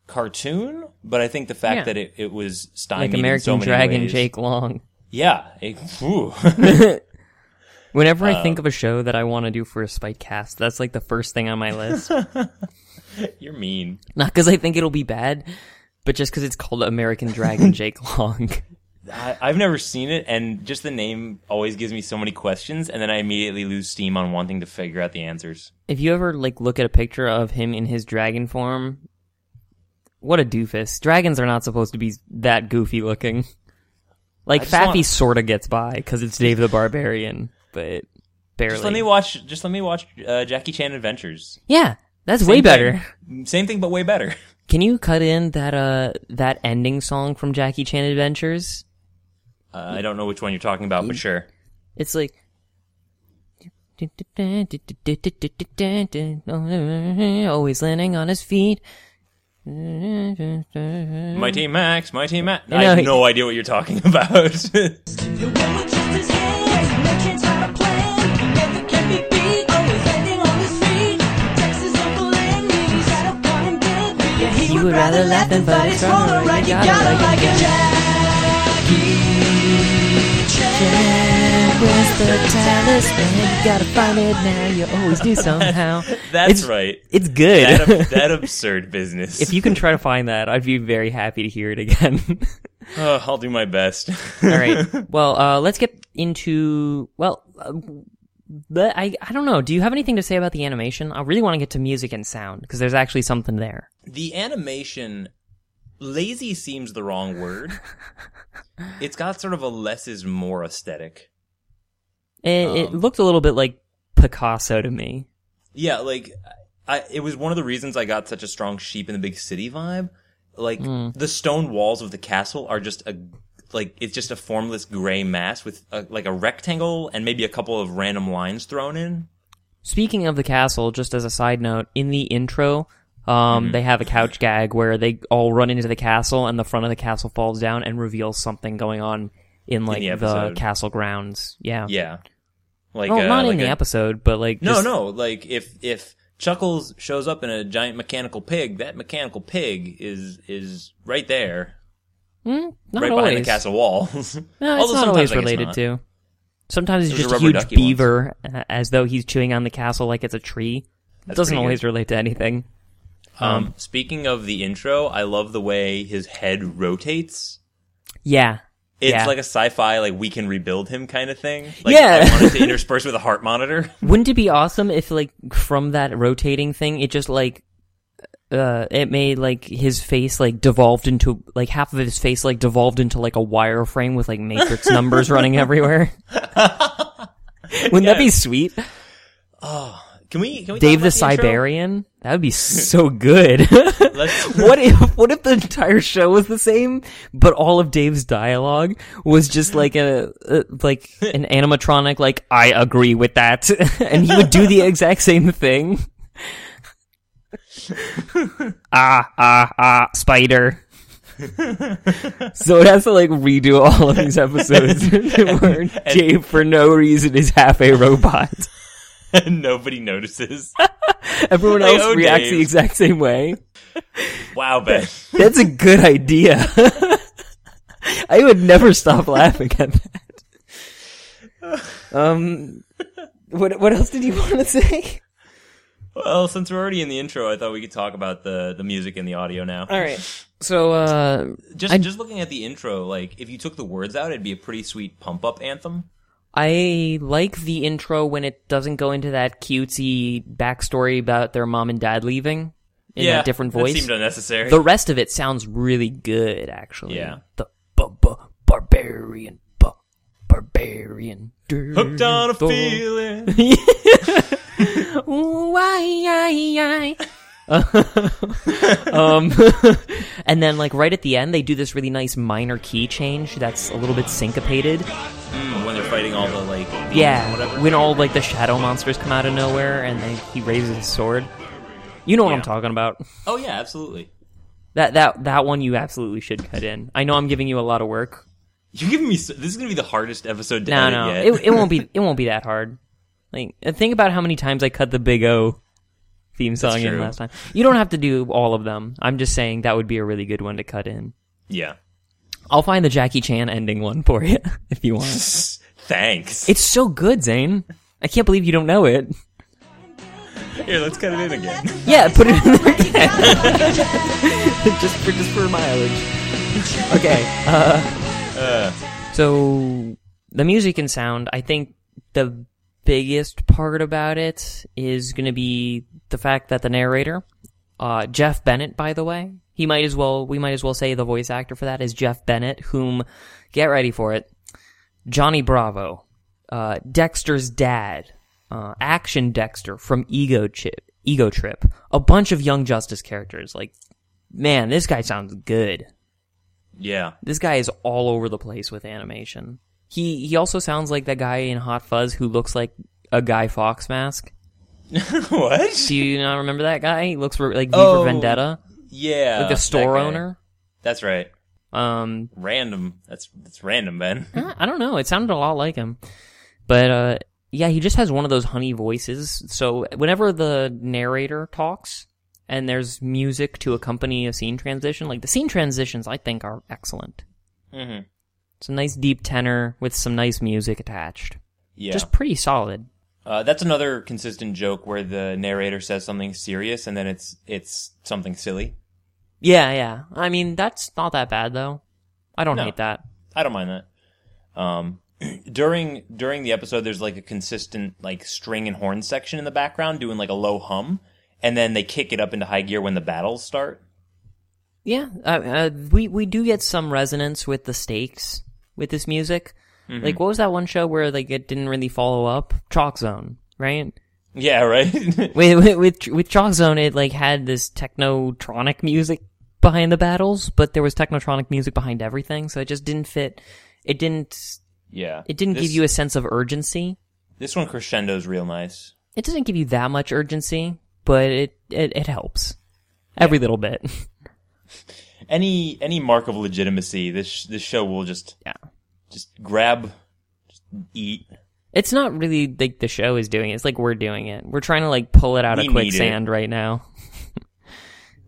[SPEAKER 2] cartoon. But I think the fact
[SPEAKER 1] Yeah.
[SPEAKER 2] that it, it was
[SPEAKER 1] Like
[SPEAKER 2] stymied in
[SPEAKER 1] American
[SPEAKER 2] so many
[SPEAKER 1] Dragon
[SPEAKER 2] ways-
[SPEAKER 1] Jake Long.
[SPEAKER 2] Yeah. It, whew.
[SPEAKER 1] Whenever I
[SPEAKER 2] Uh,
[SPEAKER 1] think of a show that I want to do for a spike cast, that's like the first thing on my list.
[SPEAKER 2] You're mean.
[SPEAKER 1] Not because I think it'll be bad, but just because it's called American Dragon Jake Long.
[SPEAKER 2] I, I've never seen it, and just the name always gives me so many questions, and then I immediately lose steam on wanting to figure out the answers.
[SPEAKER 1] If you ever like look at a picture of him in his dragon form, what a doofus! Dragons are not supposed to be that goofy looking. Like
[SPEAKER 2] just want-
[SPEAKER 1] Faffy sort of gets by because it's Dave the Barbarian, but barely.
[SPEAKER 2] Just let me watch. Just let me watch uh, Jackie Chan Adventures.
[SPEAKER 1] yeah, that's way
[SPEAKER 2] Same
[SPEAKER 1] better.
[SPEAKER 2] thing. Same thing, but way better.
[SPEAKER 1] Can you cut in that uh that ending song from Jackie Chan Adventures?
[SPEAKER 2] Uh, I don't know which one you're talking about, but sure.
[SPEAKER 1] It's like always landing on his feet.
[SPEAKER 2] Mighty Max, Mighty Max.
[SPEAKER 1] Mm. know,
[SPEAKER 2] I have
[SPEAKER 1] he-
[SPEAKER 2] no idea what you're talking about.
[SPEAKER 5] You want just his hand, no chance not a plan. Never can be beat, always landing on his feet. Texas Uncle Andy, he's out of one and dead. Yeah, he would rather laugh than fight his corner, right? You got him like a Jackie Chan.
[SPEAKER 1] Where's the talisman? You gotta find it now. You always do somehow.
[SPEAKER 2] That's
[SPEAKER 1] It's-
[SPEAKER 2] right.
[SPEAKER 1] It's good.
[SPEAKER 2] That, ab- that absurd business.
[SPEAKER 1] if you can try to find that, I'd be very happy to hear it again.
[SPEAKER 2] Uh, I'll do my best.
[SPEAKER 1] All right. Well, uh, let's get into well. Uh, but I I don't know. Do you have anything to say about the animation? I really want to get to music and sound because there's actually something there.
[SPEAKER 2] the animation lazy seems the wrong word it's got sort of a less is more aesthetic
[SPEAKER 1] It, it looked a little bit like Picasso to me.
[SPEAKER 2] yeah like I, it was one of the reasons i got such a strong sheep in the big city vibe like
[SPEAKER 1] Hmm.
[SPEAKER 2] the stone walls of the castle are just a like it's just a formless gray mass with a, like a rectangle and maybe a couple of random lines thrown in
[SPEAKER 1] Speaking of the castle, just as a side note, in the intro, um,
[SPEAKER 2] Mm-hmm.
[SPEAKER 1] they have a couch gag where they all run into the castle and the front of the castle falls down and reveals something going on in like
[SPEAKER 2] the
[SPEAKER 1] the,
[SPEAKER 2] episode.
[SPEAKER 1] castle grounds. Yeah.
[SPEAKER 2] yeah like
[SPEAKER 1] Well,
[SPEAKER 2] uh,
[SPEAKER 1] not
[SPEAKER 2] like
[SPEAKER 1] in the
[SPEAKER 2] a-
[SPEAKER 1] episode, but like
[SPEAKER 2] No,
[SPEAKER 1] just-
[SPEAKER 2] no. Like if if Chuckles shows up in a giant mechanical pig, that mechanical pig is is right there,
[SPEAKER 1] not
[SPEAKER 2] right
[SPEAKER 1] always.
[SPEAKER 2] behind the castle walls.
[SPEAKER 1] No, it's
[SPEAKER 2] Although
[SPEAKER 1] not
[SPEAKER 2] sometimes
[SPEAKER 1] always
[SPEAKER 2] I guess
[SPEAKER 1] related
[SPEAKER 2] not.
[SPEAKER 1] to. Sometimes it's
[SPEAKER 2] There's a
[SPEAKER 1] just a
[SPEAKER 2] rubber
[SPEAKER 1] huge
[SPEAKER 2] ducky once.
[SPEAKER 1] beaver, uh, as though he's chewing on the castle like it's a tree. it doesn't
[SPEAKER 2] pretty
[SPEAKER 1] always relate to anything.
[SPEAKER 2] Um, speaking of the intro, I love the way his head rotates.
[SPEAKER 1] Yeah,
[SPEAKER 2] It's
[SPEAKER 1] Yeah.
[SPEAKER 2] like a sci-fi, like we can rebuild him kind of thing. Like,
[SPEAKER 1] Yeah.
[SPEAKER 2] I wanted to intersperse with a heart monitor.
[SPEAKER 1] wouldn't it be awesome if like from that rotating thing, it just like uh, it made like his face like devolved into like half of his face like devolved into like a wireframe with like matrix numbers running everywhere. Wouldn't that be sweet,
[SPEAKER 2] Can we? Can
[SPEAKER 1] Dave the
[SPEAKER 2] we talk about the intro?
[SPEAKER 1] Siberian? That would be so good.
[SPEAKER 2] Let's,
[SPEAKER 1] what if what if the entire show was the same, but all of Dave's dialogue was just like a, a like an animatronic, like I agree with that, and he would do the exact same thing. ah ah ah, spider. so it has to like redo all of these episodes where Dave, for no reason, is half a robot.
[SPEAKER 2] nobody notices.
[SPEAKER 1] Everyone
[SPEAKER 2] Like,
[SPEAKER 1] else
[SPEAKER 2] oh,
[SPEAKER 1] reacts the
[SPEAKER 2] Dave.
[SPEAKER 1] exact same way.
[SPEAKER 2] Wow, Ben.
[SPEAKER 1] That's a good idea. I would never stop laughing at that. Um, what what else did you want to say?
[SPEAKER 2] well, since we're already in the intro, I thought we could talk about the the music and the audio now.
[SPEAKER 1] All right. So, uh,
[SPEAKER 2] Just
[SPEAKER 1] I-
[SPEAKER 2] just looking at the intro, like if you took the words out, it'd be a pretty sweet pump up anthem.
[SPEAKER 1] I like the intro when it doesn't go into that cutesy backstory about their mom and dad leaving in
[SPEAKER 2] yeah,
[SPEAKER 1] that different
[SPEAKER 2] that
[SPEAKER 1] voice.
[SPEAKER 2] seemed unnecessary.
[SPEAKER 1] the rest of it sounds really good, actually.
[SPEAKER 2] Yeah.
[SPEAKER 1] The bu- bu- barbarian, bu- barbarian.
[SPEAKER 2] Hooked on
[SPEAKER 1] Dun-
[SPEAKER 2] a feeling.
[SPEAKER 1] Ooh, ay, ay, ay. um, and then like right at the end, they do this really nice minor key change that's a little bit syncopated.
[SPEAKER 2] Mm, when they're fighting all the like, demons and
[SPEAKER 1] Yeah,
[SPEAKER 2] whatever.
[SPEAKER 1] when all like the shadow monsters come out of nowhere and they, he raises his sword. You know what I'm
[SPEAKER 2] Yeah.
[SPEAKER 1] talking about.
[SPEAKER 2] Oh yeah, absolutely.
[SPEAKER 1] That that that one you absolutely should cut in. I know I'm giving you a lot of work.
[SPEAKER 2] You're giving me. So, this is gonna be the hardest episode to
[SPEAKER 1] No,
[SPEAKER 2] edit
[SPEAKER 1] no,
[SPEAKER 2] yet.
[SPEAKER 1] it, it won't be it won't be that hard. Like think about how many times I cut the Big O theme song in
[SPEAKER 2] true.
[SPEAKER 1] last time. You don't have to do all of them. I'm just saying that would be a really good one to cut in.
[SPEAKER 2] yeah.
[SPEAKER 1] I'll find the Jackie Chan ending one for you if you want.
[SPEAKER 2] Thanks.
[SPEAKER 1] it's so good, Zane. I can't believe you don't know it.
[SPEAKER 2] Here, let's cut it in again.
[SPEAKER 1] Yeah, put it in there again. just for just for mileage. Okay. Uh, So the music and sound, I think the biggest part about it is going to be the fact that the narrator, uh, Jeff Bennett, by the way, he might as well we might as well say the voice actor for that is Jeff Bennett, whom get ready for it, Johnny Bravo, uh, Dexter's dad, uh, Action Dexter from Ego Chip, Ego Trip, a bunch of Young Justice characters. Like, man, this guy sounds good
[SPEAKER 2] Yeah.
[SPEAKER 1] this guy is all over the place with animation. He he also sounds like that guy in Hot Fuzz who looks like a Guy Fox mask.
[SPEAKER 2] what?
[SPEAKER 1] Do you not remember that guy? He looks re- like V for
[SPEAKER 2] Oh,
[SPEAKER 1] Vendetta,
[SPEAKER 2] Yeah.
[SPEAKER 1] like the store
[SPEAKER 2] that guy.
[SPEAKER 1] owner.
[SPEAKER 2] That's right.
[SPEAKER 1] Um,
[SPEAKER 2] Random. That's that's random, Ben.
[SPEAKER 1] Uh, I I don't know. It sounded a lot like him, but uh, yeah, he just has one of those honey voices. So whenever the narrator talks and there's music to accompany a scene transition, like the scene transitions, I think are excellent.
[SPEAKER 2] Mhm.
[SPEAKER 1] It's a nice deep tenor with some nice music attached.
[SPEAKER 2] Yeah.
[SPEAKER 1] Just pretty solid.
[SPEAKER 2] Uh, that's another consistent joke where the narrator says something serious and then it's it's something silly.
[SPEAKER 1] Yeah, yeah. I mean, that's not that bad though. I don't
[SPEAKER 2] No.
[SPEAKER 1] hate that.
[SPEAKER 2] I don't mind that. Um, during during the episode, there's like a consistent like string and horn section in the background doing like a low hum, and then they kick it up into high gear when the battles start.
[SPEAKER 1] Yeah, uh, uh, we we do get some resonance with the stakes with this music. Like, what was that one show where like it didn't really follow up? Chalk Zone, right?
[SPEAKER 2] Yeah, right.
[SPEAKER 1] With with with, with Chalk Zone, it like had this technotronic music behind the battles, but there was technotronic music behind everything, so it just didn't fit. It didn't.
[SPEAKER 2] yeah,
[SPEAKER 1] It didn't
[SPEAKER 2] This-
[SPEAKER 1] give you a sense of urgency.
[SPEAKER 2] this one crescendo's real nice.
[SPEAKER 1] It doesn't give you that much urgency, but it it, it helps every little bit.
[SPEAKER 2] Any any mark of legitimacy, this this show will just
[SPEAKER 1] Yeah.
[SPEAKER 2] just grab, just eat.
[SPEAKER 1] It's not really like the show is doing it. It's like we're doing it. We're trying to like pull it out of
[SPEAKER 2] We need it.
[SPEAKER 1] quicksand right now.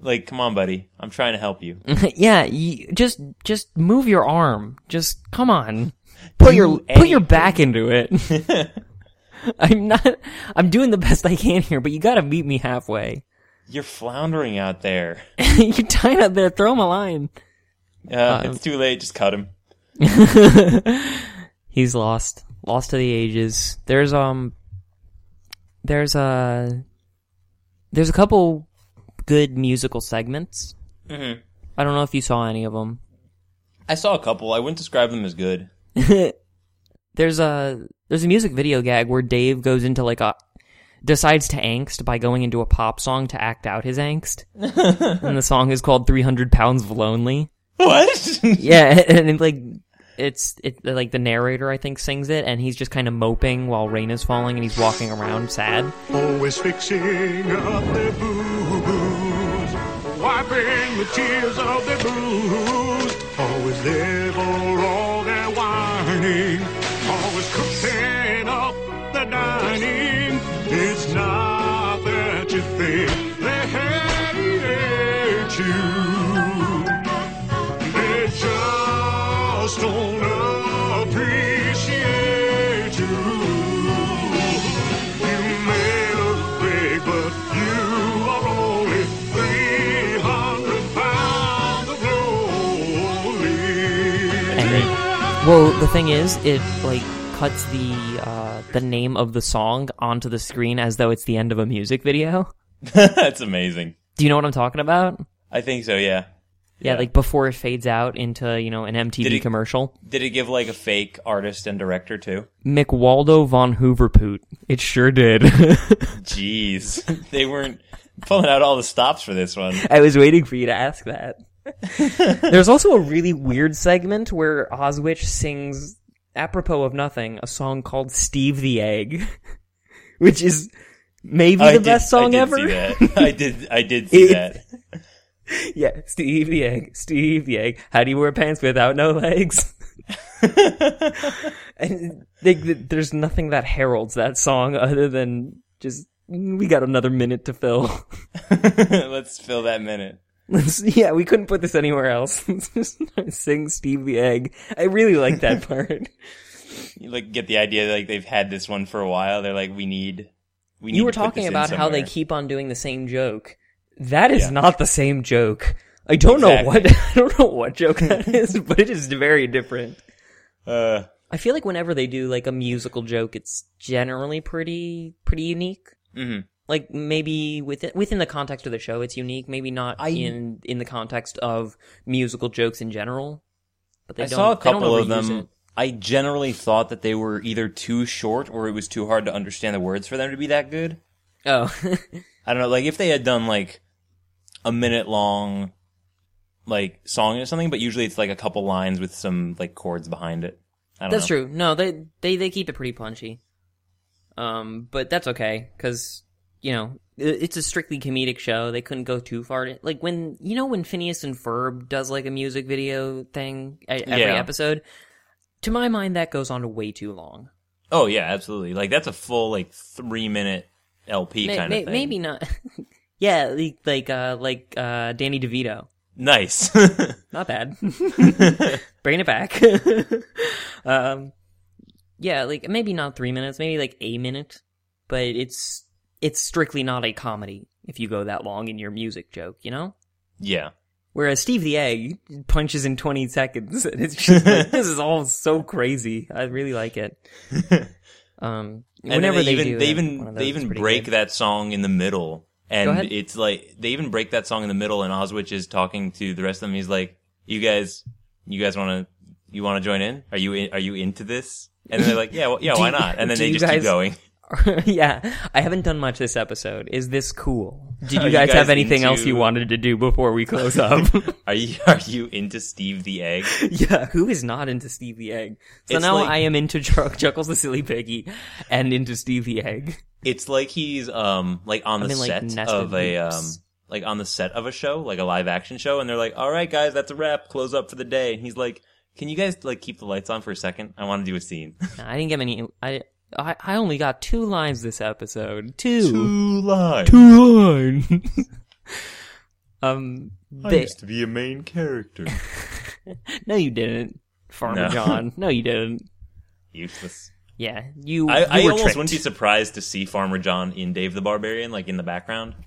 [SPEAKER 2] Like, come on, buddy, I'm trying to help
[SPEAKER 1] Mm.
[SPEAKER 2] you.
[SPEAKER 1] yeah, you, just just move your arm. Just come on. Put your put your
[SPEAKER 2] anything.
[SPEAKER 1] back into it. I'm not I'm doing the best I can here, but you got to meet me halfway.
[SPEAKER 2] You're floundering out there.
[SPEAKER 1] You're tied up there. Throw him a line.
[SPEAKER 2] Uh, it's too late. Just cut him.
[SPEAKER 1] He's lost. Lost to the ages. There's um there's a there's a couple good musical segments. I don't know if you saw any of them.
[SPEAKER 2] I saw a couple. I wouldn't describe them as good.
[SPEAKER 1] there's a there's a music video gag where Dave goes into like a decides to angst by going into a pop song to act out his angst. and the song is called 300 pounds of lonely.
[SPEAKER 2] What?
[SPEAKER 1] Yeah, and, and like it's it like the narrator I think sings it and he's just kind of moping while rain is falling and he's walking around sad.
[SPEAKER 6] always fixing up their booze, wiping the tears of their booze, always there for all their whining, always cooking up the dining. It's not that you think they hate you, they just don't appreciate you. You may look big, but you are only 300 pounds of lonely.
[SPEAKER 1] And well, the thing is it like cuts the uh, the name of the song onto the screen as though it's the end of a music video.
[SPEAKER 2] That's amazing.
[SPEAKER 1] Do you know what I'm talking about?
[SPEAKER 2] I think so. Yeah.
[SPEAKER 1] Yeah, like before it fades out into you know an MTV
[SPEAKER 2] Did it-
[SPEAKER 1] commercial.
[SPEAKER 2] Did it give like a fake artist and director too?
[SPEAKER 1] McWaldo von Hooverpoot. It sure did.
[SPEAKER 2] Jeez, they weren't pulling out all the stops for this one.
[SPEAKER 1] I was waiting for you to ask that. There's also a really weird segment where Oswich sings, apropos of nothing, a song called "Steve the Egg," which is maybe
[SPEAKER 2] I
[SPEAKER 1] the
[SPEAKER 2] did-
[SPEAKER 1] best song
[SPEAKER 2] I did
[SPEAKER 1] ever.
[SPEAKER 2] See that. I did. I did see
[SPEAKER 1] It-
[SPEAKER 2] that.
[SPEAKER 1] Yeah, Steve the Egg, Steve the Egg. How do you wear pants without no legs? and they, th- there's nothing that heralds that song other than just we got another minute to fill.
[SPEAKER 2] Let's fill that minute.
[SPEAKER 1] Let's- yeah, we couldn't put this anywhere else. Let's just sing Steve the Egg. I really like that part.
[SPEAKER 2] You like get the idea that, like they've had this one for a while. They're like, we need. We need
[SPEAKER 1] you were
[SPEAKER 2] to put
[SPEAKER 1] talking
[SPEAKER 2] this in
[SPEAKER 1] about how they
[SPEAKER 2] somewhere.
[SPEAKER 1] keep on doing the same joke. That is
[SPEAKER 2] Yeah.
[SPEAKER 1] not the same joke. I don't know
[SPEAKER 2] Exactly.
[SPEAKER 1] what I don't know what joke that is, but it is very different.
[SPEAKER 2] Uh,
[SPEAKER 1] I feel like whenever they do like a musical joke, it's generally pretty pretty unique.
[SPEAKER 2] Mhm.
[SPEAKER 1] Like maybe within within the context of the show, it's unique. Maybe not
[SPEAKER 2] I-
[SPEAKER 1] in in the context of musical jokes in general. But they
[SPEAKER 2] I
[SPEAKER 1] don't,
[SPEAKER 2] saw a
[SPEAKER 1] they don't
[SPEAKER 2] couple of
[SPEAKER 1] overuse
[SPEAKER 2] them.
[SPEAKER 1] it.
[SPEAKER 2] I generally thought that they were either too short or it was too hard to understand the words for them to be that good.
[SPEAKER 1] Oh,
[SPEAKER 2] I don't know. Like if they had done like a minute long, like song or something, but usually it's like a couple lines with some like chords behind it. I don't
[SPEAKER 1] That's
[SPEAKER 2] know.
[SPEAKER 1] true. No, they they they keep it pretty punchy. Um, but that's okay because you know i- it's a strictly comedic show. They couldn't go too far. To, like when you know when Phineas and Ferb does like a music video thing e- every
[SPEAKER 2] Yeah.
[SPEAKER 1] episode. To my mind, that goes on to way too long.
[SPEAKER 2] Oh yeah, absolutely. Like that's a full like three minute LP
[SPEAKER 1] May-
[SPEAKER 2] kind
[SPEAKER 1] may-
[SPEAKER 2] of thing.
[SPEAKER 1] Maybe not. yeah, like like uh, like uh, Danny DeVito.
[SPEAKER 2] nice.
[SPEAKER 1] not bad. Bringing it back. um, yeah, like maybe not three minutes, maybe like a minute, but it's it's strictly not a comedy if you go that long in your music joke, you know.
[SPEAKER 2] yeah.
[SPEAKER 1] Whereas Steve the Egg punches in twenty seconds, and it's just like, this is all so crazy. I really like it. Um,
[SPEAKER 2] And then
[SPEAKER 1] whenever
[SPEAKER 2] they, even
[SPEAKER 1] do
[SPEAKER 2] they
[SPEAKER 1] a- one
[SPEAKER 2] even
[SPEAKER 1] of
[SPEAKER 2] they
[SPEAKER 1] those, it's
[SPEAKER 2] even
[SPEAKER 1] pretty
[SPEAKER 2] break
[SPEAKER 1] good.
[SPEAKER 2] that song in the middle,
[SPEAKER 1] Go
[SPEAKER 2] and
[SPEAKER 1] ahead.
[SPEAKER 2] it's like they even break that song in the middle, and Oswich is talking to the rest of them. He's like, "You guys, you guys want to you want to join in? Are you in, are you into this?" And they're like, "Yeah, well, yeah,
[SPEAKER 1] Do
[SPEAKER 2] why
[SPEAKER 1] you-
[SPEAKER 2] not?" And then
[SPEAKER 1] do
[SPEAKER 2] they
[SPEAKER 1] you
[SPEAKER 2] just keep
[SPEAKER 1] guys-
[SPEAKER 2] going.
[SPEAKER 1] yeah, I haven't done much this episode. Is this cool? Did you
[SPEAKER 2] Are
[SPEAKER 1] guys,
[SPEAKER 2] you
[SPEAKER 1] have
[SPEAKER 2] guys
[SPEAKER 1] anything else
[SPEAKER 2] into-
[SPEAKER 1] you wanted to do before we close up?
[SPEAKER 2] Are you are you into Steve the Egg?
[SPEAKER 1] yeah, who is not into Steve the Egg? So
[SPEAKER 2] It's
[SPEAKER 1] now
[SPEAKER 2] like-
[SPEAKER 1] I am into Chuck Chuckles the Silly Piggy and into Steve the Egg.
[SPEAKER 2] It's like he's um like on the
[SPEAKER 1] mean, like,
[SPEAKER 2] set
[SPEAKER 1] nested
[SPEAKER 2] of a um
[SPEAKER 1] loops.
[SPEAKER 2] like on the set of a show, like a live action show, and they're like, "All right, guys, that's a wrap. Close up for the day." And he's like, "Can you guys like keep the lights on for a second? I want to do a scene."
[SPEAKER 1] I didn't get many. I, I I only got two lines this episode. Two.
[SPEAKER 2] Two lines.
[SPEAKER 1] lines. um. They,
[SPEAKER 2] to be a main character.
[SPEAKER 1] no, you didn't, Farmer
[SPEAKER 2] No.
[SPEAKER 1] John. No, you didn't.
[SPEAKER 2] Useless.
[SPEAKER 1] Yeah, you.
[SPEAKER 2] I,
[SPEAKER 1] you
[SPEAKER 2] I
[SPEAKER 1] were
[SPEAKER 2] almost
[SPEAKER 1] tricked.
[SPEAKER 2] wouldn't be surprised to see Farmer John in Dave the Barbarian, like in the background.
[SPEAKER 1] Mm.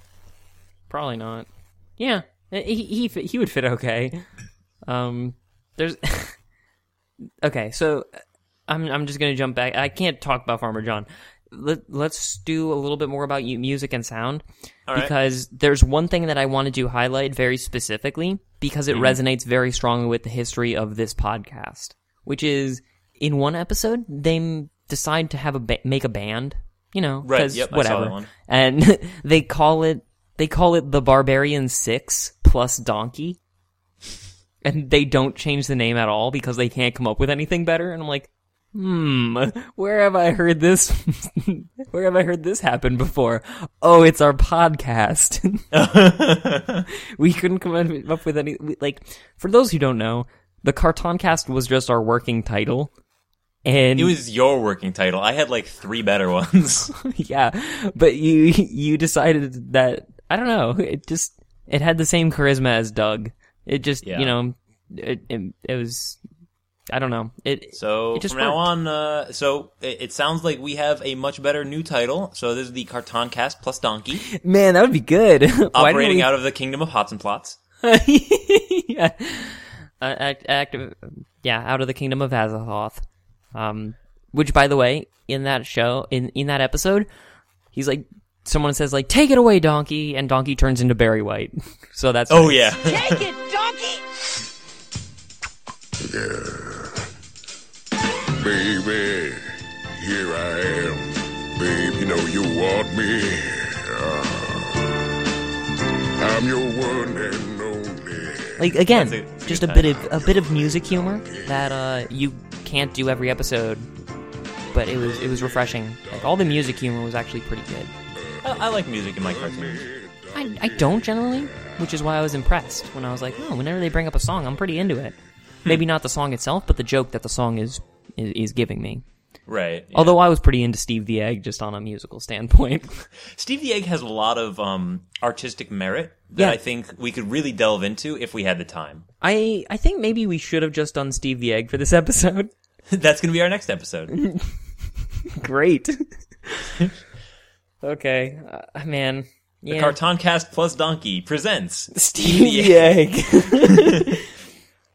[SPEAKER 1] Probably not. Yeah, he he fit- he would fit okay. Um, there's okay. So I'm I'm just gonna jump back. I can't talk about Farmer John. Let, let's do a little bit more about you, music and sound
[SPEAKER 2] All right.
[SPEAKER 1] because there's one thing that I wanted to highlight very specifically because
[SPEAKER 2] Mm-hmm.
[SPEAKER 1] it resonates very strongly with the history of this podcast, which is in one episode they m- decide to have a ba- make a band, you know,
[SPEAKER 2] Right,
[SPEAKER 1] 'cause
[SPEAKER 2] yep, I saw
[SPEAKER 1] whatever,
[SPEAKER 2] that one.
[SPEAKER 1] and they call it they call it the Barbarian Six plus Donkey, and they don't change the name at all because they can't come up with anything better, and I'm like. Hmm, where have I heard this? where have I heard this happen before? Oh, it's our podcast. we couldn't come up with any we- like for those who don't know, the Cartoncast was just our working title. And
[SPEAKER 2] It was your working title. I had like three better ones.
[SPEAKER 1] yeah, but you you decided that I don't know, it just it had the same charisma as Doug. It just,
[SPEAKER 2] Yeah.
[SPEAKER 1] you know, it, it it was I don't know. It
[SPEAKER 2] So
[SPEAKER 1] It just
[SPEAKER 2] from now
[SPEAKER 1] worked.
[SPEAKER 2] on, uh, so it, it sounds like we have a much better new title. So this is the Cartoncast plus Donkey,
[SPEAKER 1] man, that would be good. Why didn't
[SPEAKER 2] operating
[SPEAKER 1] we-
[SPEAKER 2] out of the Kingdom of Hots and Plots.
[SPEAKER 1] yeah. Uh, act, act, yeah, out of the kingdom of Azathoth. Um, which, by the way, in that show, in, in that episode, he's like, someone says, like, take it away, Donkey, and Donkey turns into Barry White. so that's.
[SPEAKER 2] Oh yeah,
[SPEAKER 5] Take it, donkey!
[SPEAKER 3] Baby, here I am. Babe, you know you want me. Ah. I'm your one and only.
[SPEAKER 1] Like, again,
[SPEAKER 2] That's a- that's a
[SPEAKER 1] just a
[SPEAKER 2] good
[SPEAKER 1] bit of a bit of music humor that uh, you can't do every episode, but it was it was refreshing. Like all the music humor was actually pretty good.
[SPEAKER 2] I, I like music in my cartoons.
[SPEAKER 1] I, I don't generally, which is why I was impressed when I was like, oh, whenever they bring up a song, I'm pretty into it. Maybe not the song itself, but the joke that the song is is, is giving me.
[SPEAKER 2] Right. yeah.
[SPEAKER 1] Although I was pretty into Steve the Egg just on a musical standpoint.
[SPEAKER 2] Steve the Egg has a lot of um, artistic merit that
[SPEAKER 1] Yeah.
[SPEAKER 2] I think we could really delve into if we had the time.
[SPEAKER 1] I I think maybe we should have just done Steve the Egg for this episode.
[SPEAKER 2] That's going to be our next episode.
[SPEAKER 1] Great. okay, uh, man,
[SPEAKER 2] The
[SPEAKER 1] Yeah.
[SPEAKER 2] Cartoncast plus Donkey presents
[SPEAKER 1] Steve the Egg.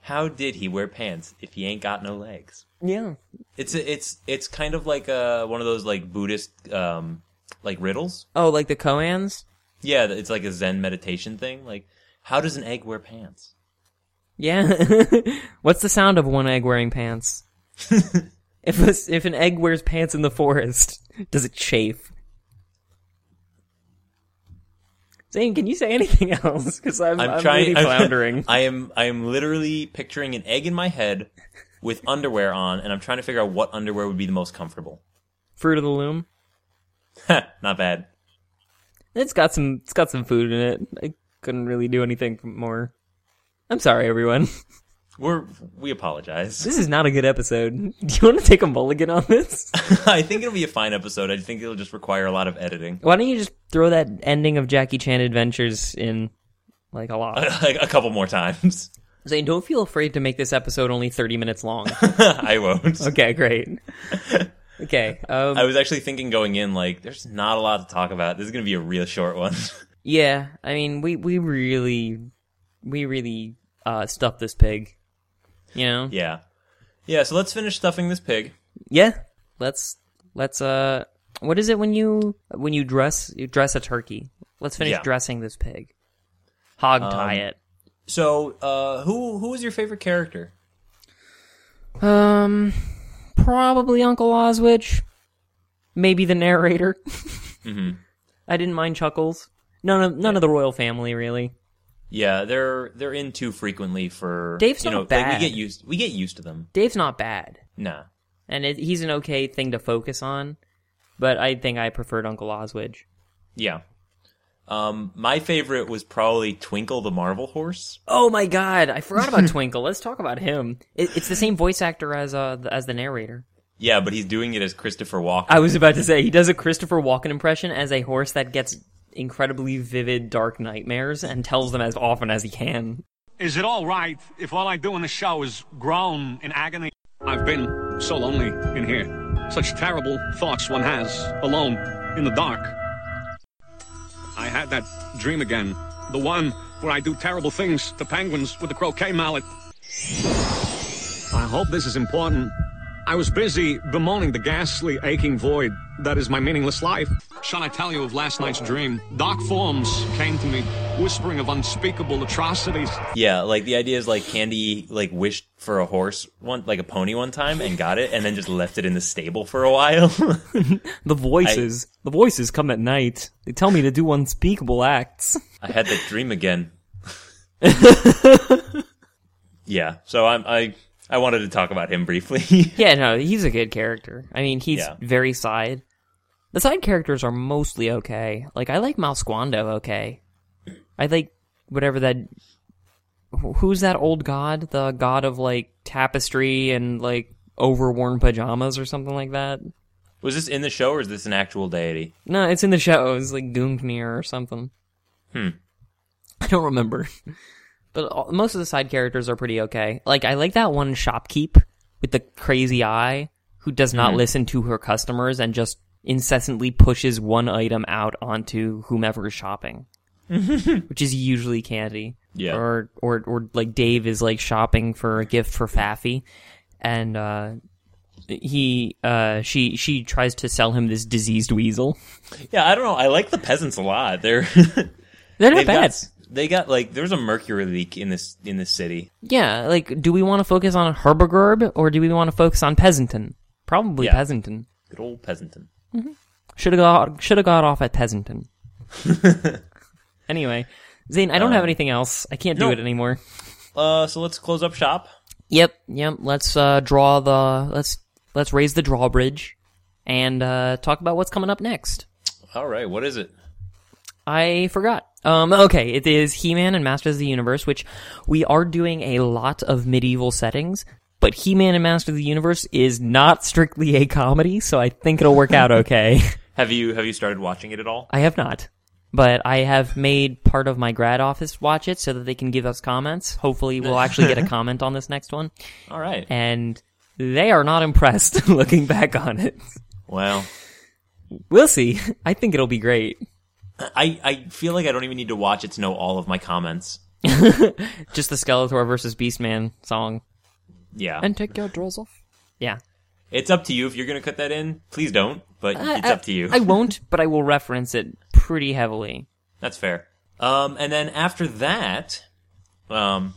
[SPEAKER 2] How did he wear pants if he ain't got no legs?
[SPEAKER 1] yeah.
[SPEAKER 2] It's it's it's kind of like uh one of those like Buddhist um like riddles.
[SPEAKER 1] Oh, like the Coans?
[SPEAKER 2] Yeah, it's like a Zen meditation thing. Like, how does an egg wear pants?
[SPEAKER 1] Yeah. What's the sound of one egg wearing pants? if a s if an egg wears pants in the forest, does it chafe? Zane, can you say anything else? Because I'm, I'm, really
[SPEAKER 2] I'm-
[SPEAKER 1] floundering.
[SPEAKER 2] I am I am literally picturing an egg in my head with underwear on, and I'm trying to figure out what underwear would be the most comfortable.
[SPEAKER 1] Fruit of the Loom.
[SPEAKER 2] Not bad.
[SPEAKER 1] It's got some. It's got some food in it. I couldn't really do anything more. I'm sorry, everyone.
[SPEAKER 2] We're we apologize.
[SPEAKER 1] This is not a good episode. Do you want to take a mulligan on this?
[SPEAKER 2] I think it'll be a fine episode. I think it'll just require a lot of editing,
[SPEAKER 1] Why don't you just throw that ending of Jackie Chan Adventures in, like a lot?
[SPEAKER 2] like a couple more times.
[SPEAKER 1] Zane, don't feel afraid to make this episode only 30 minutes long.
[SPEAKER 2] I won't.
[SPEAKER 1] okay, great. Okay. Um,
[SPEAKER 2] I was actually thinking going in, like, there's not a lot to talk about. This is going to be a real short one.
[SPEAKER 1] yeah, I mean, we, we really, we really uh, stuffed this pig. You know?
[SPEAKER 2] yeah. Yeah, so let's finish stuffing this pig.
[SPEAKER 1] Yeah. Let's, let's, uh, what is it when you, when you dress, you dress a turkey? Let's finish
[SPEAKER 2] Yeah. Um,
[SPEAKER 1] dressing this pig. Hog tie it.
[SPEAKER 2] So, uh, who who was your favorite character?
[SPEAKER 1] Um, probably Uncle Oswich. Maybe the narrator. Mm-hmm. I didn't mind Chuckles. None of none of the royal family really.
[SPEAKER 2] Yeah, they're they're in too frequently for
[SPEAKER 1] Dave's
[SPEAKER 2] you
[SPEAKER 1] not
[SPEAKER 2] know, Like,
[SPEAKER 1] bad.
[SPEAKER 2] we get used we get used to them.
[SPEAKER 1] Dave's not bad,
[SPEAKER 2] Nah.
[SPEAKER 1] and it, he's an okay thing to focus on. But I think I preferred Uncle Oswich.
[SPEAKER 2] Yeah. Um, my favorite was probably Twinkle the Marvel Horse.
[SPEAKER 1] Oh my God! I forgot about Twinkle. Let's talk about him. It, it's the same voice actor as uh the, as the narrator.
[SPEAKER 2] Yeah, but he's doing it as Christopher Walken.
[SPEAKER 1] I was about to say he does a Christopher Walken impression as a horse that gets incredibly vivid dark nightmares and tells them as often as he can.
[SPEAKER 7] Is it all right if all I do in the show is groan in agony? I've been so lonely in here. Such terrible thoughts one has alone in the dark. I had that dream again. The one where I do terrible things to penguins with a croquet mallet. I hope this is important. I was busy bemoaning the ghastly, aching void that is my meaningless life. Shall I tell you of last night's dream? Dark forms came to me, whispering of unspeakable atrocities.
[SPEAKER 2] Yeah, like the idea is like Candy like wished for a horse one like a pony one time and got it and then just left it in the stable for a while.
[SPEAKER 1] The voices, the voices come at night. They tell me to do unspeakable acts.
[SPEAKER 2] I had that dream again. yeah, so I'm, I I wanted to talk about him briefly.
[SPEAKER 1] Yeah, no, he's a good character. I mean, he's
[SPEAKER 2] Yeah.
[SPEAKER 1] very side. The side characters are mostly okay. Like I like Malsquando okay. I like whatever that. wh- Who's that old god? The god of like tapestry and like overworn pajamas or something like that.
[SPEAKER 2] Was this in the show or is this an actual deity?
[SPEAKER 1] No, it's in the show. It's like Goomgnir or something. Hmm. I don't remember. But all, most of the side characters are pretty okay. Like I like that one shopkeep with the crazy eye who does not listen to her customers and just incessantly pushes one item out onto whomever is shopping, which is usually candy.
[SPEAKER 2] Yeah.
[SPEAKER 1] Or or or like Dave is like shopping for a gift for Faffy, and uh, he uh she she tries to sell him this diseased weasel.
[SPEAKER 2] Yeah, I don't know. I like the peasants a lot. They're
[SPEAKER 1] They're not
[SPEAKER 2] they've
[SPEAKER 1] bad.
[SPEAKER 2] got they got like there's a mercury leak in this in this city.
[SPEAKER 1] Yeah, like, do we want to focus on Herbergerb or do we want to focus on Peasanton? Probably
[SPEAKER 2] Yeah.
[SPEAKER 1] Peasanton.
[SPEAKER 2] Good old peasanton.
[SPEAKER 1] Should have got should have got off at Peasanton. anyway, Zane, I don't have anything else. I can't do
[SPEAKER 2] Um, no.
[SPEAKER 1] it anymore.
[SPEAKER 2] Uh, so let's close up shop.
[SPEAKER 1] Yep, yep. Let's uh, draw the let's let's raise the drawbridge and uh, talk about what's coming up next.
[SPEAKER 2] All right, what is it?
[SPEAKER 1] I forgot. Um, okay, it is He-Man and Masters of the Universe, which we are doing a lot of medieval settings, but He-Man and Masters of the Universe is not strictly a comedy, so I think it'll work out okay.
[SPEAKER 2] Have you have you started watching it at all?
[SPEAKER 1] I have not, but I have made part of my grad office watch it so that they can give us comments. Hopefully, we'll actually get a comment on this next one,
[SPEAKER 2] All right.
[SPEAKER 1] and they are not impressed looking back on it.
[SPEAKER 2] Well,
[SPEAKER 1] We'll see. I think it'll be great.
[SPEAKER 2] I, I feel like I don't even need to watch it to know all of my comments.
[SPEAKER 1] Just the Skeletor versus Beastman song.
[SPEAKER 2] Yeah.
[SPEAKER 1] And take your drawers off. Yeah.
[SPEAKER 2] it's up to you if you're going to cut that in. Please don't, but it's up to you.
[SPEAKER 1] I won't, but I will reference it pretty heavily.
[SPEAKER 2] That's fair. Um, and then after that, um,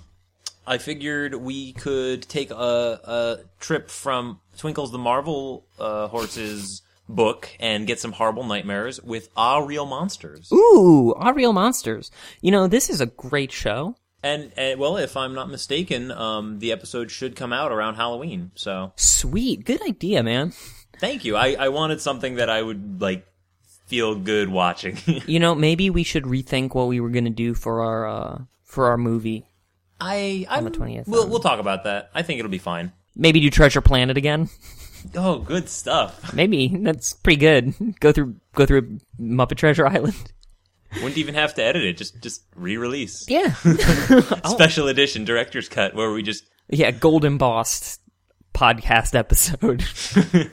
[SPEAKER 2] I figured we could take a, a trip from Twinkles the Marvel uh, Horse's book and get some horrible nightmares with Our Real Monsters.
[SPEAKER 1] Ooh, our real monsters. You know, this is a great show.
[SPEAKER 2] And, and, well, if I'm not mistaken, um, the episode should come out around Halloween. So
[SPEAKER 1] Sweet, good idea, man.
[SPEAKER 2] thank you. I, I wanted something that I would like feel good watching.
[SPEAKER 1] You know, maybe we should rethink what we were gonna do for our uh, for our movie.
[SPEAKER 2] I I'm,
[SPEAKER 1] the 20th,
[SPEAKER 2] We'll,
[SPEAKER 1] um,
[SPEAKER 2] we'll talk about that. I think it'll be fine.
[SPEAKER 1] Maybe do Treasure Planet again.
[SPEAKER 2] Oh, good stuff.
[SPEAKER 1] Maybe that's pretty good. Go through go through Muppet Treasure Island.
[SPEAKER 2] Wouldn't even have to edit it. Just just re-release.
[SPEAKER 1] Yeah, Oh.
[SPEAKER 2] Special edition director's cut where we just
[SPEAKER 1] yeah, gold embossed podcast episode.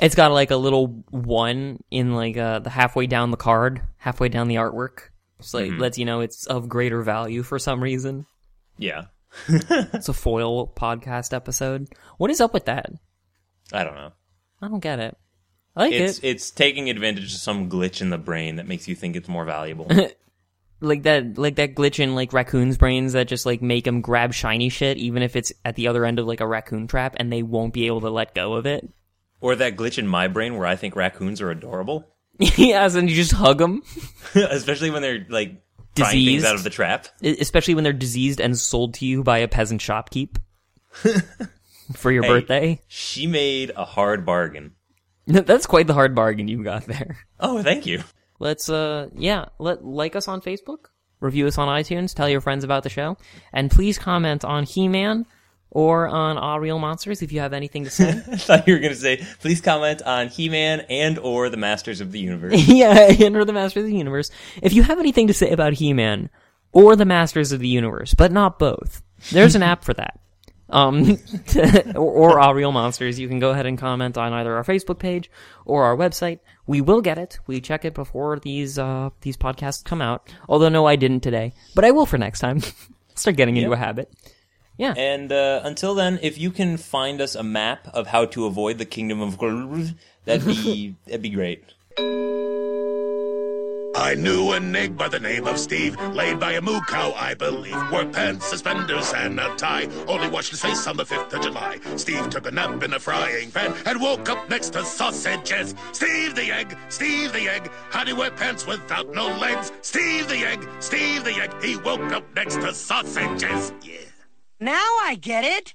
[SPEAKER 1] it's got like a little one in like uh, the halfway down the card, halfway down the artwork. Just like lets you know it's of greater value for some reason.
[SPEAKER 2] yeah.
[SPEAKER 1] It's a foil podcast episode. What is up with that?
[SPEAKER 2] I don't know.
[SPEAKER 1] I don't get it. I like
[SPEAKER 2] It's
[SPEAKER 1] it.
[SPEAKER 2] it's taking advantage of some glitch in the brain that makes you think it's more valuable.
[SPEAKER 1] Like that, like that glitch in like raccoons' brains that just like make them grab shiny shit, even if it's at the other end of like a raccoon trap, and they won't be able to let go of it.
[SPEAKER 2] or that glitch in my brain where I think raccoons are adorable,
[SPEAKER 1] yes, and you just hug them,
[SPEAKER 2] especially when they're like trying things
[SPEAKER 1] Diseased.
[SPEAKER 2] out of the trap.
[SPEAKER 1] e, especially when they're diseased and sold to you by a peasant shopkeep for your
[SPEAKER 2] Hey.
[SPEAKER 1] birthday.
[SPEAKER 2] She made a hard bargain.
[SPEAKER 1] That's quite the hard bargain you got there.
[SPEAKER 2] Oh, thank you.
[SPEAKER 1] Let's, uh, yeah, let like us on Facebook, review us on iTunes, tell your friends about the show, and please comment on He Man or on All Real Monsters if you have anything to say.
[SPEAKER 2] I thought you were going to say, please comment on He-Man and or the Masters of the Universe.
[SPEAKER 1] yeah, and or the Master of the Universe. If you have anything to say about He Man or the Masters of the Universe, but not both, there's an app for that. Um, or, or Our Real Monsters, you can go ahead and comment on either our Facebook page or our website. We will get it. We check it before these uh, these podcasts come out. Although no, I didn't today, but I will for next time. Start getting into a habit.
[SPEAKER 2] And uh, until then, if you can find us a map of how to avoid the Kingdom of Grrr, that'd be that'd be great.
[SPEAKER 8] I knew a nig by the name of Steve, laid by a moo cow, I believe. Wore pants, suspenders, and a tie. Only washed his face on the 5th of July. Steve took a nap in a frying pan and woke up next to sausages. Steve the egg, Steve the egg. How do you wear pants without no legs? Steve the egg, Steve the egg. He woke up next to sausages. Yeah.
[SPEAKER 5] Now I get it.